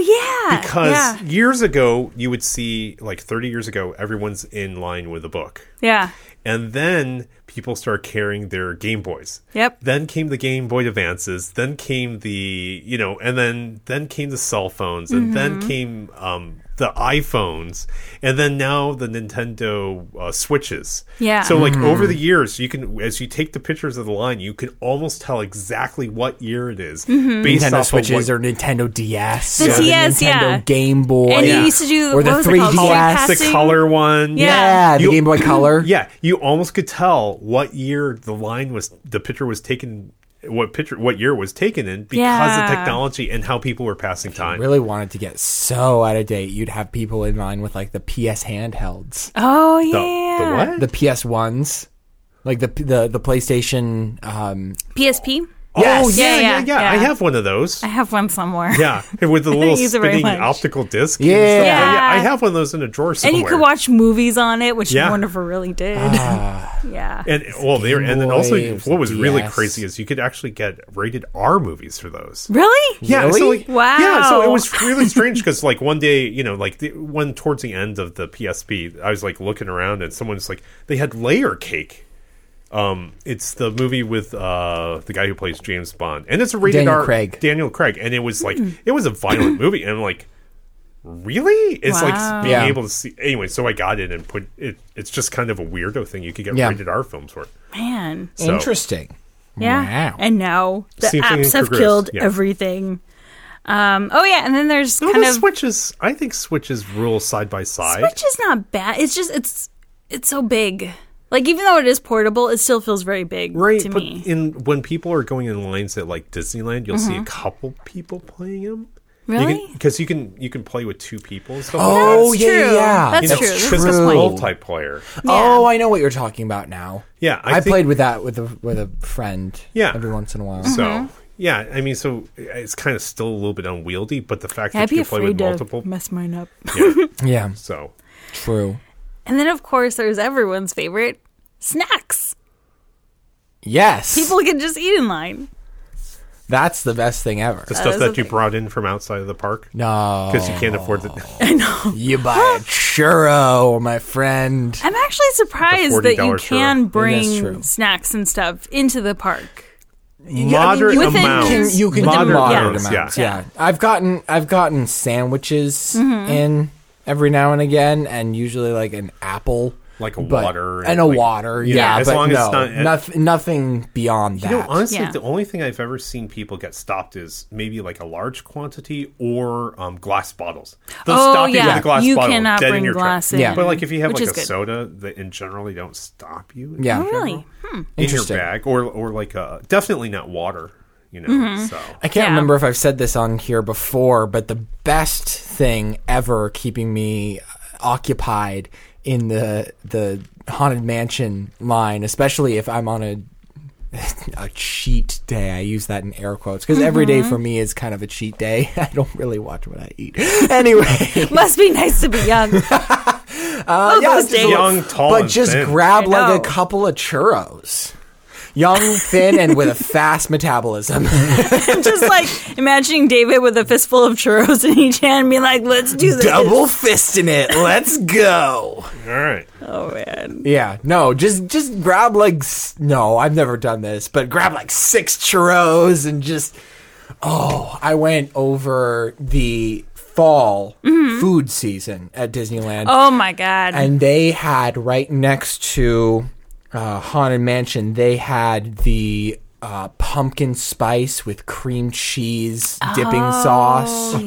Speaker 1: yeah.
Speaker 2: Because
Speaker 1: yeah.
Speaker 2: years ago, you would see like 30 years ago, everyone's in line with a book.
Speaker 1: yeah.
Speaker 2: And then people start carrying their Game Boys.
Speaker 1: Yep.
Speaker 2: Then came the Game Boy Advances. Then came the you know, and then then came the cell phones,
Speaker 1: Mm-hmm.
Speaker 2: and then came um, the iPhones, and then now the Nintendo uh, Switches.
Speaker 1: Yeah.
Speaker 2: So like over
Speaker 3: Mm-hmm.
Speaker 2: the years, you can as you take the pictures of the line, you can almost tell exactly what year it is
Speaker 1: Mm-hmm.
Speaker 2: based
Speaker 3: Nintendo
Speaker 2: off
Speaker 3: Switches
Speaker 2: of
Speaker 3: or Nintendo DS,
Speaker 1: The
Speaker 3: or
Speaker 1: DS,
Speaker 3: Nintendo
Speaker 1: yeah.
Speaker 3: Game Boy,
Speaker 1: And you used to do-
Speaker 3: or the
Speaker 1: what was it called?
Speaker 3: 3DS.
Speaker 2: what,
Speaker 1: Dreamcast?
Speaker 2: the color one.
Speaker 1: Yeah.
Speaker 3: yeah, the
Speaker 2: You-
Speaker 3: Game Boy Color.
Speaker 2: Yeah, you almost could tell what year the line was, the picture was taken, what picture, what year it was taken in because
Speaker 1: Yeah.
Speaker 2: of technology and how people were passing time.
Speaker 3: Really wanted to get so out of date. You'd have people in line with like the PS handhelds,
Speaker 1: Oh
Speaker 2: The,
Speaker 1: yeah.
Speaker 2: the what?
Speaker 3: the PS ones, like the the the PlayStation. Um,
Speaker 1: PSP.
Speaker 2: Oh
Speaker 3: Yes.
Speaker 2: yeah
Speaker 1: Yeah,
Speaker 2: yeah, yeah,
Speaker 1: yeah,
Speaker 2: I
Speaker 1: yeah.
Speaker 2: have one of those.
Speaker 1: I have one somewhere.
Speaker 2: Yeah, with the little
Speaker 1: use it very much.
Speaker 2: spinning optical disc. and
Speaker 3: Yeah.
Speaker 2: stuff like that.
Speaker 1: Yeah.
Speaker 2: yeah. I have one of those in a drawer somewhere.
Speaker 1: And you could watch movies on it, which
Speaker 2: Yeah. Ah.
Speaker 1: you never really did. yeah.
Speaker 2: And well, they were, and then also
Speaker 3: Boy, it was
Speaker 2: what was really
Speaker 3: DS.
Speaker 2: crazy is you could actually get rated R movies for those.
Speaker 1: really?
Speaker 2: Yeah. So
Speaker 3: Really?
Speaker 2: like, Yeah. So it
Speaker 1: Wow.
Speaker 2: was really strange because like one day, you know, like the, when towards the end of the PSP, I was like looking around and someone's like, they had Layer Cake. Um, it's the movie with uh the guy who plays James Bond, and it's a rated
Speaker 3: Daniel
Speaker 2: R.
Speaker 3: Craig.
Speaker 2: Daniel Craig, and it was like
Speaker 1: Hmm.
Speaker 2: it was a violent movie, and I'm like. Really? It's
Speaker 1: Wow.
Speaker 2: like being
Speaker 3: Yeah.
Speaker 2: able to see. Anyway, so I got it and put it. It's just kind of a weirdo thing you could get
Speaker 3: Yeah.
Speaker 2: rated R films for.
Speaker 1: Man.
Speaker 2: So-
Speaker 3: Interesting.
Speaker 1: Yeah.
Speaker 3: Wow.
Speaker 1: And now the
Speaker 2: Seems like
Speaker 1: apps
Speaker 2: it
Speaker 1: have
Speaker 2: progressed,
Speaker 1: killed
Speaker 2: yeah.
Speaker 1: everything. Um, oh yeah, and then there's
Speaker 2: No,
Speaker 1: kind
Speaker 2: the
Speaker 1: of
Speaker 2: switches. I think switches rule side by side.
Speaker 1: Switch is not bad. It's just it's it's so big. Like even though it is portable, it still feels very big
Speaker 2: right
Speaker 1: to
Speaker 2: but
Speaker 1: me.
Speaker 2: in when people are going in lines at like disneyland you'll see a couple people playing them
Speaker 1: Mm-hmm. Really?
Speaker 2: because you can you can play with two people and stuff
Speaker 3: Oh
Speaker 1: That's
Speaker 3: yeah,
Speaker 1: true.
Speaker 3: yeah, yeah.
Speaker 1: That's
Speaker 2: like that.
Speaker 1: true.
Speaker 2: It's
Speaker 1: That's
Speaker 2: just
Speaker 1: a good point.
Speaker 2: multiplayer
Speaker 3: Oh, I know what you're talking about now.
Speaker 2: Yeah,
Speaker 3: I,
Speaker 2: I think-
Speaker 3: played with that with a with a friend.
Speaker 2: Yeah.
Speaker 3: every once in a while.
Speaker 1: Mm-hmm.
Speaker 2: so yeah i mean so uh, it's kind of still a little bit unwieldy but the fact
Speaker 1: I'd
Speaker 2: that
Speaker 1: be
Speaker 2: you can play
Speaker 1: afraid
Speaker 2: with
Speaker 1: to
Speaker 2: multiple
Speaker 1: mess mine up.
Speaker 2: yeah
Speaker 3: Yeah,
Speaker 2: so
Speaker 3: true.
Speaker 1: And then of course there's everyone's favorite snacks.
Speaker 3: Yes,
Speaker 1: People can just eat in line.
Speaker 3: that's the best thing ever.
Speaker 2: the stuff
Speaker 1: is
Speaker 2: that
Speaker 1: the
Speaker 2: you brought in from outside of the park
Speaker 3: No,
Speaker 2: because you can't afford the
Speaker 1: I know.
Speaker 3: you buy a churro, my friend.
Speaker 1: I'm actually surprised
Speaker 2: $40
Speaker 1: that you
Speaker 2: churro.
Speaker 1: can
Speaker 3: true.
Speaker 1: bring snacks and stuff into the park.
Speaker 2: moderate
Speaker 1: you can-
Speaker 2: amounts.
Speaker 1: Within-
Speaker 3: you can
Speaker 1: Moderate
Speaker 3: do moderate
Speaker 1: amounts,
Speaker 3: amounts.
Speaker 2: yeah.
Speaker 3: Yeah. I've gotten I've gotten sandwiches in every now and again, and usually like an apple,
Speaker 2: Like a
Speaker 3: but-
Speaker 2: water
Speaker 3: and,
Speaker 2: and
Speaker 3: a
Speaker 2: like-
Speaker 3: water.
Speaker 2: yeah,
Speaker 3: Yeah,
Speaker 2: as
Speaker 3: but
Speaker 2: long as
Speaker 3: no,
Speaker 2: it's not- eh,
Speaker 3: noth- nothing beyond that.
Speaker 2: You know, honestly,
Speaker 1: Yeah.
Speaker 2: the only thing I've ever seen people get stopped is maybe like a large quantity or um, glass bottles. They'll
Speaker 1: Oh,
Speaker 2: stop you
Speaker 1: yeah.
Speaker 2: with a glass
Speaker 1: You
Speaker 2: bottle
Speaker 1: cannot
Speaker 2: dead
Speaker 1: bring
Speaker 2: in your
Speaker 1: glass
Speaker 2: glass
Speaker 1: in,
Speaker 3: Yeah.
Speaker 2: But like if you have
Speaker 1: which
Speaker 2: like
Speaker 1: is
Speaker 2: a
Speaker 1: good.
Speaker 2: soda, that in general they don't stop you. in-
Speaker 3: yeah,
Speaker 1: Oh, really?
Speaker 2: in your
Speaker 3: Interesting.
Speaker 2: bag or or like a, definitely not water. You know,
Speaker 1: Mm-hmm.
Speaker 2: so
Speaker 3: I can't
Speaker 1: Yeah.
Speaker 3: remember if I've said this on here before, but the best thing ever keeping me occupied in the the haunted mansion line, especially if I'm on a a cheat day. I use that in air quotes because day for me is kind of a cheat day. I don't really watch what I eat. Anyway,
Speaker 1: Must be nice to be young.
Speaker 2: Uh,
Speaker 1: Love
Speaker 3: yeah,
Speaker 1: those
Speaker 3: just
Speaker 1: days.
Speaker 2: young, tall,
Speaker 3: but
Speaker 2: and
Speaker 3: just
Speaker 2: thin.
Speaker 3: grab
Speaker 1: I
Speaker 3: like
Speaker 1: know.
Speaker 3: a couple of churros. Young, thin, and with a fast metabolism.
Speaker 1: just like imagining David with a fistful of churros in each hand, being like, "Let's do this."
Speaker 3: Double fisting it. Let's
Speaker 2: all
Speaker 3: go.
Speaker 2: right.
Speaker 1: Oh man.
Speaker 3: Yeah, no, just just grab like s- no, I've never done this, but grab like six churros and just oh, I went over the fall food season at Disneyland,
Speaker 1: Oh my god.
Speaker 3: and they had right next to uh, Haunted Mansion, they had the uh, pumpkin spice with cream cheese dipping sauce churros.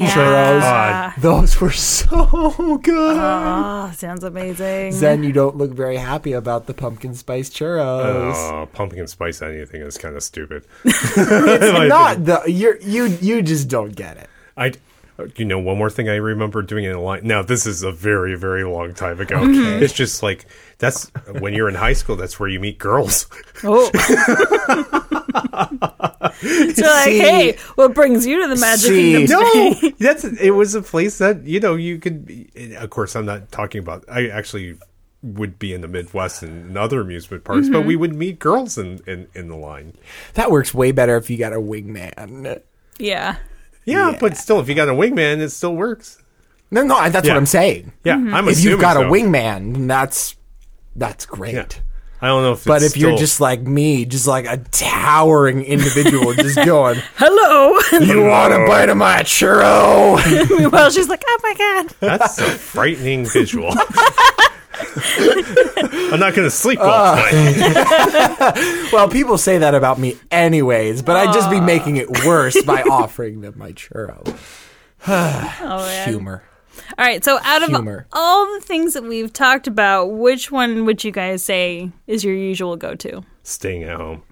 Speaker 1: yeah.
Speaker 3: Those were so good.
Speaker 1: Oh, sounds amazing.
Speaker 3: then you don't look very happy about the pumpkin spice churros.
Speaker 2: Uh, pumpkin spice anything is kind of stupid.
Speaker 3: It's not the you you you just don't get it.
Speaker 2: I. You know, one more thing I remember doing in a line. Now, this is a very, very long time ago. It's just like that's when you're in high school. That's where you meet girls.
Speaker 1: oh. It's like,
Speaker 3: See-
Speaker 1: hey, what brings you to the Magic
Speaker 3: See-
Speaker 1: Kingdom?
Speaker 2: No, that's it was a place that you know you could. and Of course, I'm not talking about. I actually would be in the Midwest and, and other amusement parks,
Speaker 3: Mm-hmm.
Speaker 2: but we would meet girls in in, in the line.
Speaker 3: That works way better if you got a wingman.
Speaker 1: Yeah.
Speaker 2: Yeah, but still, if you got a wingman, it still works.
Speaker 3: No, no, I- that's
Speaker 2: Yeah.
Speaker 3: what I'm saying.
Speaker 2: Yeah, I'm
Speaker 3: Mm-hmm. if
Speaker 2: assuming
Speaker 3: you've got
Speaker 2: so.
Speaker 3: a wingman, that's that's great.
Speaker 2: Yeah. I don't know if.
Speaker 3: But
Speaker 2: it's
Speaker 3: if you're
Speaker 2: still-
Speaker 3: just like me, just like a towering individual, just going,
Speaker 1: Hello.
Speaker 3: "You want a bite of my churro?"
Speaker 1: Meanwhile, she's like, oh my God.
Speaker 2: That's a frightening visual. I'm not going to sleep well
Speaker 1: Ah.
Speaker 2: tonight.
Speaker 3: well, people say that about me, anyways. But I'd just be making it worse by offering them my churro.
Speaker 1: Oh, yeah.
Speaker 3: Humor.
Speaker 1: All right. So, out of
Speaker 3: Humor.
Speaker 1: all the things that we've talked about, which one would you guys say is your usual go to?
Speaker 2: Staying at home.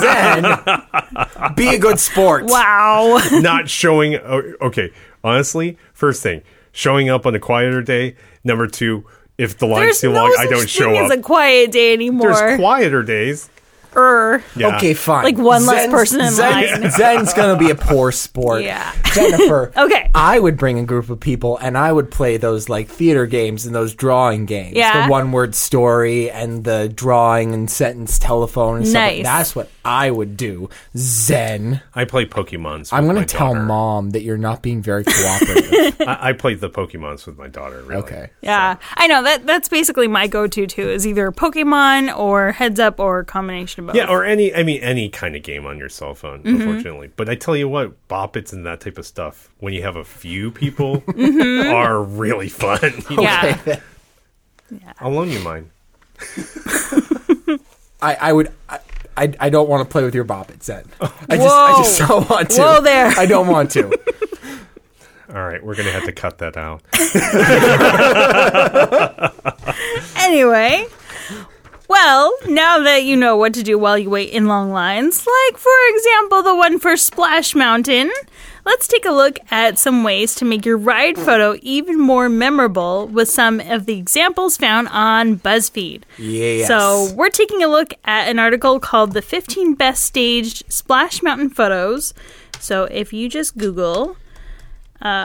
Speaker 3: Then be a good sport.
Speaker 1: Wow.
Speaker 2: Not showing. o- Okay, honestly, first thing, showing up on a quieter day. Number two, if the
Speaker 1: There's
Speaker 2: line's too
Speaker 1: no
Speaker 2: long,
Speaker 1: such
Speaker 2: I don't
Speaker 1: thing
Speaker 2: show
Speaker 1: as
Speaker 2: up.
Speaker 1: a quiet day anymore.
Speaker 2: There's quieter days.
Speaker 1: Er.
Speaker 2: Yeah.
Speaker 3: Okay, fine.
Speaker 1: Like one less person in line.
Speaker 3: Zen's gonna be a poor sport.
Speaker 1: Yeah.
Speaker 3: Jennifer.
Speaker 1: Okay.
Speaker 3: I would bring a group of people and I would play those like theater games and those drawing games.
Speaker 1: Yeah.
Speaker 3: The one word story and the drawing and sentence telephone and stuff.
Speaker 1: Nice.
Speaker 3: That's what I would do. Zen.
Speaker 2: I play Pokemons. With
Speaker 3: I'm gonna
Speaker 2: my
Speaker 3: tell
Speaker 2: daughter.
Speaker 3: mom that you're not being very cooperative.
Speaker 2: I, I played the Pokemons with my daughter. Really.
Speaker 3: okay.
Speaker 1: Yeah, I know that. That's basically my go-to too. Is either Pokemon or Heads Up or a combination of Mm-hmm. both.
Speaker 2: Yeah, or any. I mean, any kind of game on your cell phone. Unfortunately, but I tell you what, bop it's and that type of stuff. When you have a few people, are really fun. You know?
Speaker 1: Mm-hmm. yeah.
Speaker 2: I'll loan you mine.
Speaker 3: I, I would I, I, I don't want to play with your bop at Zen. I just I
Speaker 1: Whoa.
Speaker 3: just don't want to.
Speaker 1: Whoa there.
Speaker 3: I don't want to.
Speaker 2: All right, we're gonna have to cut that out.
Speaker 1: Anyway, well, now that you know what to do while you wait in long lines, like for example the one for Splash Mountain, let's take a look at some ways to make your ride photo even more memorable with some of the examples found on BuzzFeed.
Speaker 3: Yes.
Speaker 1: So we're taking a look at an article called The 15 Best Staged Splash Mountain Photos. So if you just Google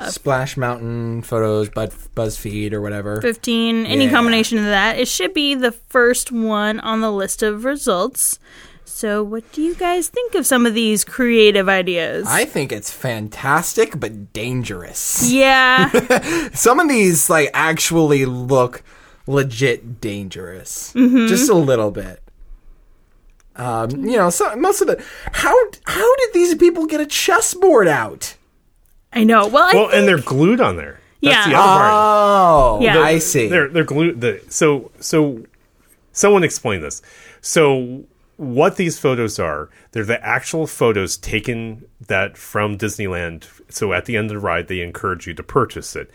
Speaker 3: Splash Mountain photos, but BuzzFeed or whatever.
Speaker 1: 15, any
Speaker 3: Yeah.
Speaker 1: combination of that. It should be the first one on the list of results. So, what do you guys think of some of these creative ideas?
Speaker 3: I think it's fantastic but dangerous.
Speaker 1: yeah.
Speaker 3: Some of these like actually look legit dangerous,
Speaker 1: Mm-hmm.
Speaker 3: just a little bit. Um, you know, so, most of it. How how did these people get a chessboard out?
Speaker 1: I know. Well, I
Speaker 2: Well,
Speaker 1: think,
Speaker 2: and they're glued on there.
Speaker 1: Yeah.
Speaker 2: That's the other part.
Speaker 3: Oh,
Speaker 1: Yeah.
Speaker 3: I see.
Speaker 2: They're they're glued. The, so so, someone explain this. So what these photos are? They're the actual photos taken that from Disneyland. So at the end of the ride, they encourage you to purchase it.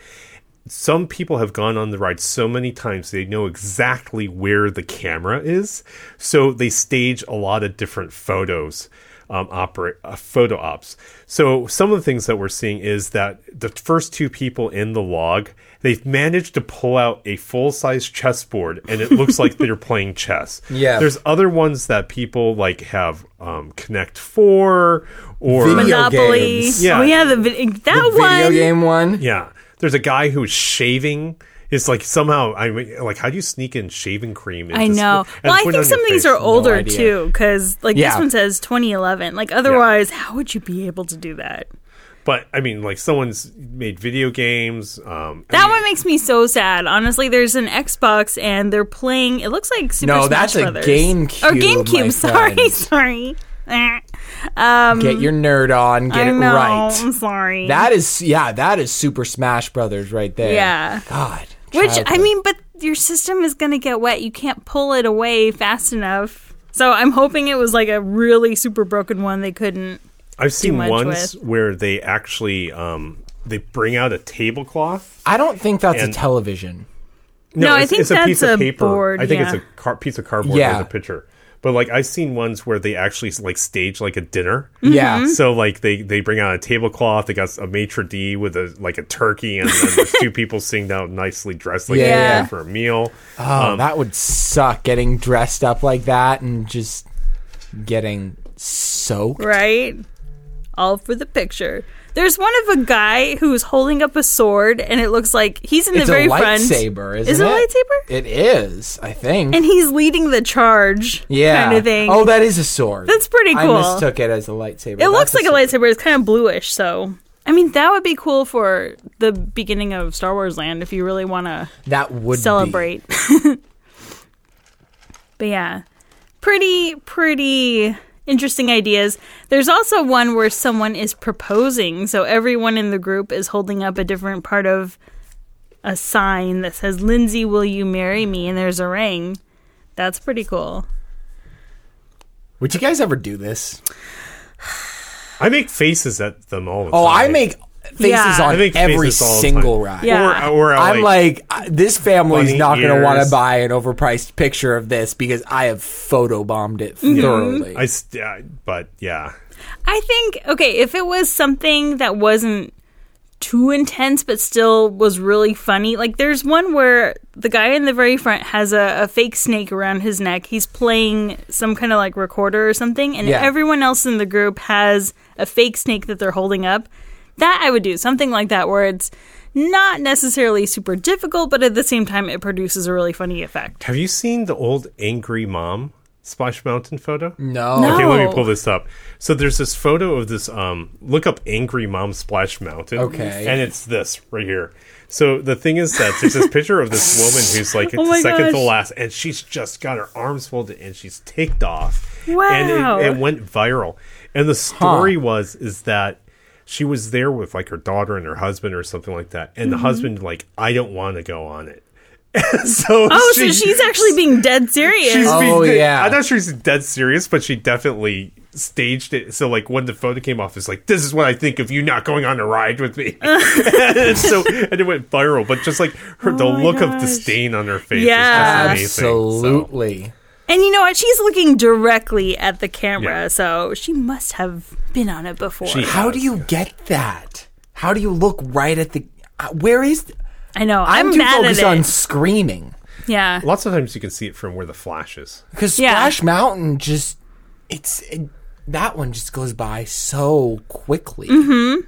Speaker 2: Some people have gone on the ride so many times they know exactly where the camera is, so they stage a lot of different photos, um, opera, uh, photo ops. So some of the things that we're seeing is that the first two people in the log they've managed to pull out a full size chessboard, and it looks like they're playing chess.
Speaker 3: Yeah.
Speaker 2: there's other ones that people like have um, Connect Four or
Speaker 3: Video
Speaker 1: Monopoly.
Speaker 3: games.
Speaker 2: Yeah.
Speaker 1: Oh, yeah. The, vid- that
Speaker 3: Video
Speaker 1: one.
Speaker 3: game one.
Speaker 2: Yeah. There's a guy who's shaving. It's like somehow I mean, like how do you sneak in shaving cream?
Speaker 1: I know. Well, I think some of these are older
Speaker 3: idea.
Speaker 1: too, because like
Speaker 3: Yeah.
Speaker 1: this one says 2011. Like otherwise, how would you be able to do that?
Speaker 2: But I mean, like someone's made video games. Um,
Speaker 1: That one makes me so sad. Honestly, there's an Xbox and they're playing. It looks like Super
Speaker 3: No,
Speaker 1: Smash
Speaker 3: that's a
Speaker 1: Brothers.
Speaker 3: GameCube,
Speaker 1: or
Speaker 3: my
Speaker 1: GameCube. Sorry,
Speaker 3: friend.
Speaker 1: sorry. Eh,
Speaker 3: Get your nerd on. Get
Speaker 1: I
Speaker 3: it
Speaker 1: know.
Speaker 3: right.
Speaker 1: I'm sorry.
Speaker 3: That is yeah. That is Super Smash Brothers right there.
Speaker 1: Yeah.
Speaker 3: God.
Speaker 1: which I
Speaker 3: childhood.
Speaker 1: mean, but your system is gonna get wet. You can't pull it away fast enough. So I'm hoping it was like a really super broken one. They couldn't.
Speaker 2: I've seen
Speaker 1: much
Speaker 2: ones where they actually um, they bring out a tablecloth.
Speaker 3: I don't think that's
Speaker 2: And-
Speaker 3: a television.
Speaker 1: No, I
Speaker 2: it's,
Speaker 1: think
Speaker 2: it's a
Speaker 1: that's
Speaker 2: piece of
Speaker 1: a
Speaker 2: paper.
Speaker 1: board,
Speaker 2: I think
Speaker 1: yeah.
Speaker 2: it's a car- piece of cardboard
Speaker 3: Yeah.
Speaker 2: with a picture. But like I've seen ones where they actually like stage like a dinner.
Speaker 3: Yeah.
Speaker 1: Mm-hmm.
Speaker 2: So like they they bring out a tablecloth. They got a maitre d with a like a turkey, and then there's two people sitting down nicely dressed like
Speaker 3: Yeah.
Speaker 2: yeah. for a meal.
Speaker 3: Oh, that would suck getting dressed up like that and just getting soaked.
Speaker 1: Right? All for the picture. There's one of a guy who's holding up a sword, and it looks like he's in
Speaker 3: It's
Speaker 1: the very
Speaker 3: a
Speaker 1: front.
Speaker 3: lightsaber, isn't
Speaker 1: Is it a lightsaber?
Speaker 3: It is, I think.
Speaker 1: and he's leading the charge.
Speaker 3: yeah.
Speaker 1: Kind of thing.
Speaker 3: Oh, that is a sword.
Speaker 1: That's pretty cool.
Speaker 3: I mistook it as a lightsaber.
Speaker 1: it looks like
Speaker 3: That's
Speaker 1: a
Speaker 3: sword.
Speaker 1: lightsaber. It's kind of bluish, so. I mean, that would be cool for the beginning of Star Wars Land if you really want to
Speaker 3: That would be.
Speaker 1: celebrate. but yeah, pretty, pretty interesting ideas. There's also one where someone is proposing. So everyone in the group is holding up a different part of a sign that says, Lindsay, will you marry me? And there's a ring. That's pretty cool.
Speaker 3: Would you guys ever do this?
Speaker 2: I make faces at them all the
Speaker 3: Oh,
Speaker 2: time.
Speaker 3: I make faces
Speaker 1: Yeah.
Speaker 3: on
Speaker 2: I make
Speaker 3: every
Speaker 2: faces all the
Speaker 3: single
Speaker 2: time.
Speaker 3: ride.
Speaker 1: Yeah.
Speaker 2: Or, or I'll,
Speaker 3: I'm like, I- this family's
Speaker 2: Bunny
Speaker 3: not going to want
Speaker 2: ears.
Speaker 3: to buy an overpriced picture of this because I have photobombed it
Speaker 1: Mm-hmm.
Speaker 3: thoroughly.
Speaker 2: I st- I- but yeah.
Speaker 1: I think okay, if it was something that wasn't too intense but still was really funny, like there's one where the guy in the very front has a, a fake snake around his neck. He's playing some kind of like recorder or something, and
Speaker 3: Yeah.
Speaker 1: everyone else in the group has a fake snake that they're holding up. That I would do something like that where it's not necessarily super difficult, but at the same time it produces a really funny effect.
Speaker 2: Have you seen the old angry mom Splash Mountain photo?
Speaker 3: no.
Speaker 1: No.
Speaker 2: Okay, let me pull this up. So there's this photo of this. Um, look up "angry mom splash mountain."
Speaker 3: Okay.
Speaker 2: and it's this right here. So the thing is that there's this picture of this woman who's like
Speaker 1: Oh
Speaker 2: the
Speaker 1: my
Speaker 2: second to
Speaker 1: gosh.
Speaker 2: last, and she's just got her arms folded and she's ticked off.
Speaker 1: Wow.
Speaker 2: and it, it went viral. And the story was is that she was there with like her daughter and her husband or something like that, and the
Speaker 1: Mm-hmm.
Speaker 2: husband like I don't want to go on it. so
Speaker 1: Oh, so
Speaker 2: she-
Speaker 1: she's actually being dead serious.
Speaker 2: She's
Speaker 3: Oh,
Speaker 2: being-
Speaker 3: yeah.
Speaker 2: I'm not sure she's dead serious, but she definitely staged it. So like when the photo came off, it's like this is what I think of you not going on a ride with me. and so and it went viral, but just like her, the
Speaker 1: Oh my
Speaker 2: look of
Speaker 1: gosh.
Speaker 2: disdain on her face,
Speaker 1: Yeah.
Speaker 2: is just amazing. So,
Speaker 3: Absolutely.
Speaker 1: And you know what? She's looking directly at the camera,
Speaker 2: Yeah.
Speaker 1: so she must have been on it before.
Speaker 2: She-
Speaker 3: How do you get that? How do you look right at the. uh, Where is.
Speaker 1: I know. I'm,
Speaker 3: I'm, too
Speaker 1: mad at
Speaker 3: focused
Speaker 1: it.
Speaker 3: on screaming.
Speaker 1: yeah.
Speaker 2: lots of times you can see it from where the flash is.
Speaker 3: Because
Speaker 1: Yeah.
Speaker 3: Splash Mountain just. It's. It, that one just goes by so quickly. Mm-hmm.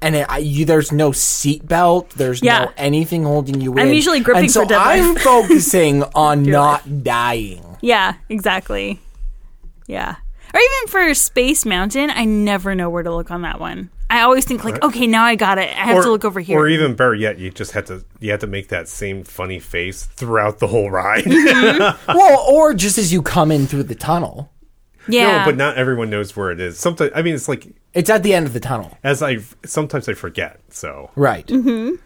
Speaker 3: And it, I, you, there's no seatbelt. There's
Speaker 1: Yeah.
Speaker 3: no anything holding you in.
Speaker 1: usually gripping
Speaker 3: and so
Speaker 1: for dear life.
Speaker 3: I'm focusing on not dying.
Speaker 1: Yeah, exactly. Yeah. Or even for Space Mountain, I never know where to look on that one. I always think like, okay, now I got it. I have to look over here.
Speaker 2: Or even better yet, you just had to you had to make that same funny face throughout the whole ride.
Speaker 3: Well, or just as you come in through the tunnel,
Speaker 1: yeah.
Speaker 2: No, but not everyone knows where it is. Sometimes I mean it's like
Speaker 3: it's at the end of the tunnel.
Speaker 2: as I sometimes I forget. So
Speaker 3: Right. Mm-hmm.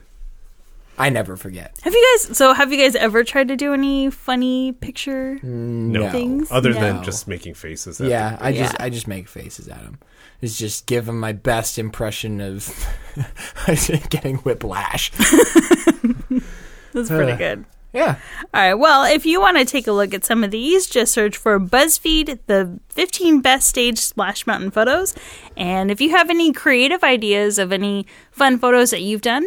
Speaker 3: I never forget.
Speaker 1: have you guys? So have you guys ever tried to do any funny picture?
Speaker 2: Mm. no,
Speaker 1: Things?
Speaker 2: other
Speaker 3: No.
Speaker 2: than just making faces. At
Speaker 3: Yeah, I just
Speaker 1: Yeah.
Speaker 3: I just make faces at him. It's just give him my best impression of getting whiplash.
Speaker 1: That's pretty good.
Speaker 3: Yeah.
Speaker 1: All right. Well, if you want to take a look at some of these, just search for BuzzFeed the 15 best staged Splash Mountain photos. And if you have any creative ideas of any fun photos that you've done,